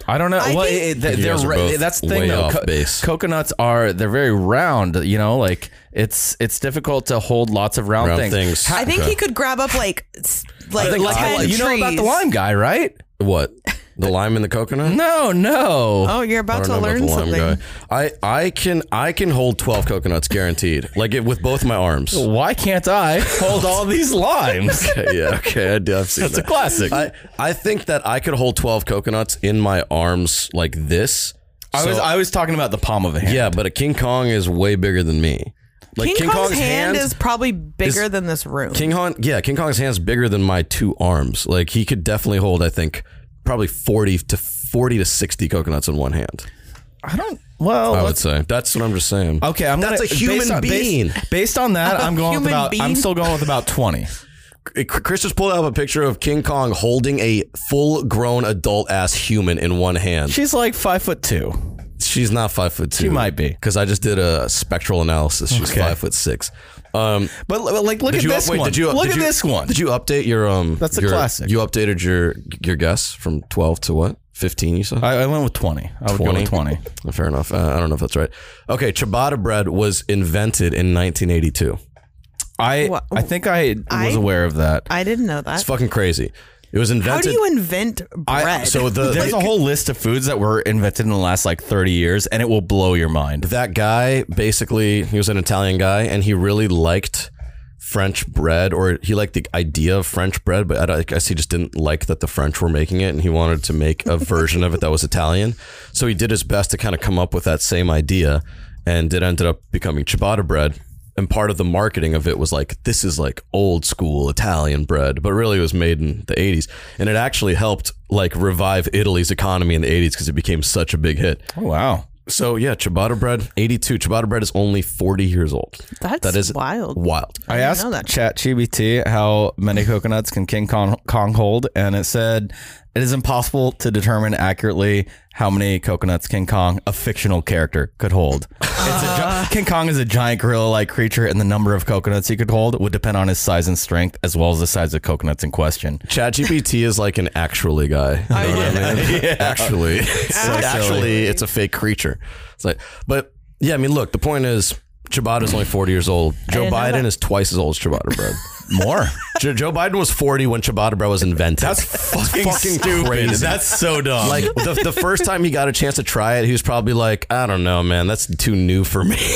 D: I don't know.
B: I
D: well,
B: think-
D: it- it-
C: You
D: they're
C: guys are
D: ra-
C: both
D: that's the thing
C: way
D: though.
C: off base.
D: Coconuts are they're very round. You know, like it's it's difficult to hold lots of round,
C: Round
D: things.
C: things.
D: Ha-
B: I think he could grab up like s- like,
C: think
B: ten
C: I-
D: you know about the
B: trees.
D: lime guy, right?
C: What? The lime and the coconut.
D: No, no.
B: Oh, you're
C: I
B: about
C: don't
B: to
C: know about
B: learn
C: the lime
B: something.
C: guy. I I can I can hold twelve coconuts guaranteed, like it, with both my arms.
D: Why can't I hold all these limes?
C: Okay, yeah, okay, I do. I've seen
D: That's a
C: that.
D: classic.
C: I, I think that I could hold 12 coconuts in my arms like this.
D: I was
C: So-
D: I was talking about the palm of a hand.
C: yeah, but a King Kong is way bigger than me. Like
B: King, Kong's, hand, is probably bigger
C: is-
B: than this room.
C: King Kong, yeah, King Kong's hand's bigger than my two arms. Like he could definitely hold, I think, probably 40 to 40 to 60 coconuts in one hand.
D: I don't. Well,
C: I would
D: let's-
C: say. That's what I'm just saying.
D: okay. I'm
C: That's
D: gonna-
C: a human
D: based on, based-
C: being.
D: Based, on that, I'm going with
B: human
D: about. I'm
B: being?
D: still going with about twenty.
C: Chris just pulled up a picture of King Kong holding a full-grown adult-ass human in one hand.
D: She's like five foot two.
C: She's not five foot two.
D: She might be.
C: because I just did a spectral analysis. She's
D: Okay.
C: five foot six. Um,
D: But l- like, look
C: did
D: at
C: you up-
D: this
C: wait,
D: one.
C: Did you,
D: look
C: did
D: at
C: you-
D: this one.
C: Did you update your um?
D: That's a
C: your-
D: classic.
C: You updated your your guess from twelve to what? Fifteen? You said.
D: I, I went with twenty. I would go with twenty.
C: Fair enough. Uh, I don't know if that's right. Okay, ciabatta bread was invented in 1982.
D: I
B: What-
D: I think I
B: I-
D: was aware of that.
B: I didn't know that.
C: It's fucking crazy. It was invented.
B: How do you invent bread?
C: uh, so the
D: There's a whole list of foods that were invented in the last like 30 years, and it will blow your mind.
C: that guy basically he was an Italian guy and he really liked French bread or he liked the idea of French bread, but I, don't- I guess he just didn't like that the French were making it and he wanted to make a version of it that was Italian. So he did his best to kind of come up with that same idea and it ended up becoming ciabatta bread. And part of the marketing of it was like, this is like old school Italian bread, but really it was made in the 80s. And it actually helped like revive Italy's economy in the 80s because it became such a big hit.
D: Oh, wow.
C: So yeah, ciabatta bread, eighty-two. Ciabatta bread is only forty years old.
B: That's
C: that is
B: wild.
C: Wild.
D: I,
B: didn't
D: asked
B: know that.
D: ChatGPT how many coconuts can King Kong, Kong hold, and it said it is impossible to determine accurately how many coconuts King Kong, a fictional character, could hold. It's a gi- King Kong is a giant gorilla-like creature, and the number of coconuts he could hold would depend on his size and strength, as well as the size of coconuts in question.
C: ChatGPT is like an actually guy. You know what I mean? Actually, It's like, actually, it's a fake creature. It's like, but yeah, I mean, look, the point is, ciabatta is only forty years old. Joe
B: know
C: Biden
B: that.
C: is twice as old as ciabatta bread.
D: More.
C: Jo- Joe Biden was forty when ciabatta bread was invented. That's fucking, crazy.
D: That's so dumb.
C: like the, the first time he got a chance to try it, he was probably like, I don't know, man, that's too new for me.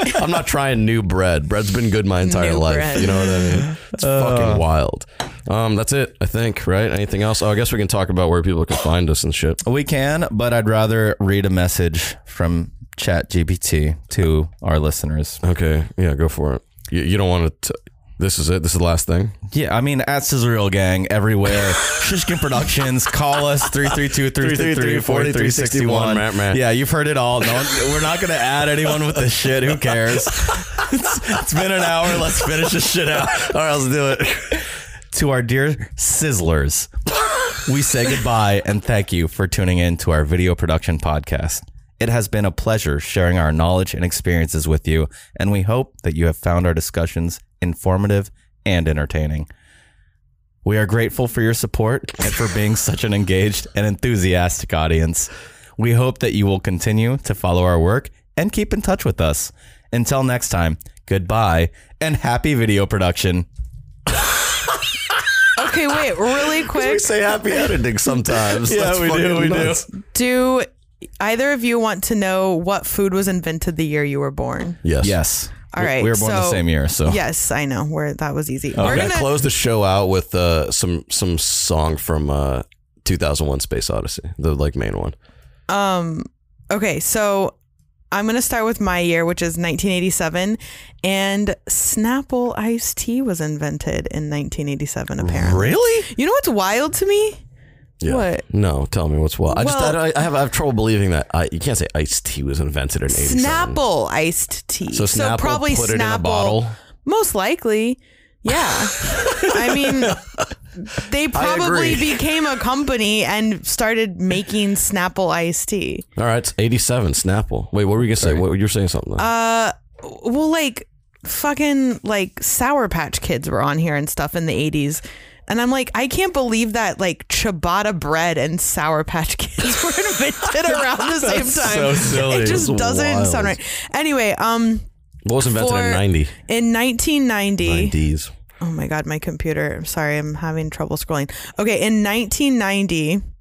C: Like, I'm not trying new bread. Bread's been good my entire
B: New
C: life.
B: bread.
C: You know what I mean? It's fucking wild. Um, that's it, I think, right? Anything else? Oh, I guess we can talk about where people can find us and shit.
D: We can, but I'd rather read a message from ChatGPT to our listeners.
C: Okay. Yeah, go for it. You, you don't want to. This is it. This is the last thing.
D: Yeah, I mean, at Cesaril Gang everywhere. Shishkin Productions, call us 332-333-4361.
C: Matt, Matt.
D: Yeah, you've heard it all. No one, we're not going to add anyone with this shit. Who cares? It's- it's been an hour. Let's finish this shit out.
C: All right, let's do it.
D: to our dear sizzlers, we say goodbye and thank you for tuning in to our video production podcast. It has been a pleasure sharing our knowledge and experiences with you, and we hope that you have found our discussions informative and entertaining. We are grateful for your support and for being such an engaged and enthusiastic audience. We hope that you will continue to follow our work and keep in touch with us. Until next time, goodbye and happy video production.
B: okay, wait, really
C: We
B: quick.
C: say happy editing sometimes.
D: Yeah, we do, we do.
C: do.
B: Do either of you want to know what food was invented the year you were born?
C: Yes.
D: Yes.
B: All
D: We-
B: right,
D: We were born the
B: so-
D: same year, so
B: Yes, I know. Where that was easy.
C: We're
B: We're
C: gonna
B: gonna
C: close the show out with uh, some some song from uh, 2001: Space Odyssey, the like main one.
B: um okay, so I'm gonna start with my year, which is 1987, and Snapple iced tea was invented in 1987. Apparently,
D: Really?
B: you know what's wild to me?
C: Yeah.
B: What?
C: No, tell me what's what. I just
B: Well-
C: I, I have I have trouble believing that I, you can't say iced tea was invented in eighty seven.
B: Snapple iced tea.
C: So Snapple put it in a bottle.
B: Most likely. Yeah. I mean, they probably
C: agree.
B: became a company and started making Snapple iced tea.
C: All right, it's eighty seven Snapple. Wait, what were you gonna say? What you were saying something? though.
B: Uh, Well, like fucking like Sour Patch Kids were on here and stuff in the 80s. And I'm like, I can't believe that like ciabatta bread and Sour Patch Kids were invented around the same time.
D: silly.
B: it just
C: That's
B: doesn't
C: wild.
B: sound right. Anyway, um,
C: what was invented
B: for-
C: in ninety?
B: in 1990,
C: Nineties.
B: Oh my God, my computer. I'm sorry, I'm having trouble scrolling. Okay, in 1990,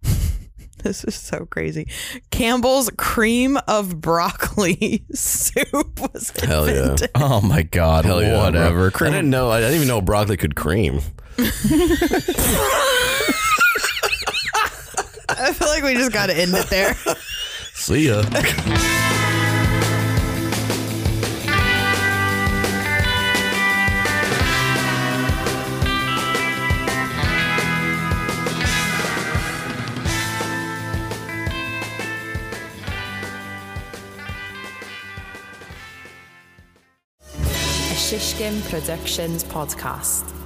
B: This is so crazy. Campbell's cream of broccoli soup was
C: Hell yeah.
B: invented.
D: Oh my god.
C: Hell yeah, bro.
D: whatever.
C: I didn't know. I didn't even know broccoli could cream.
B: I feel like we just got to end it there.
C: See ya.
A: A Shishkin Productions podcast.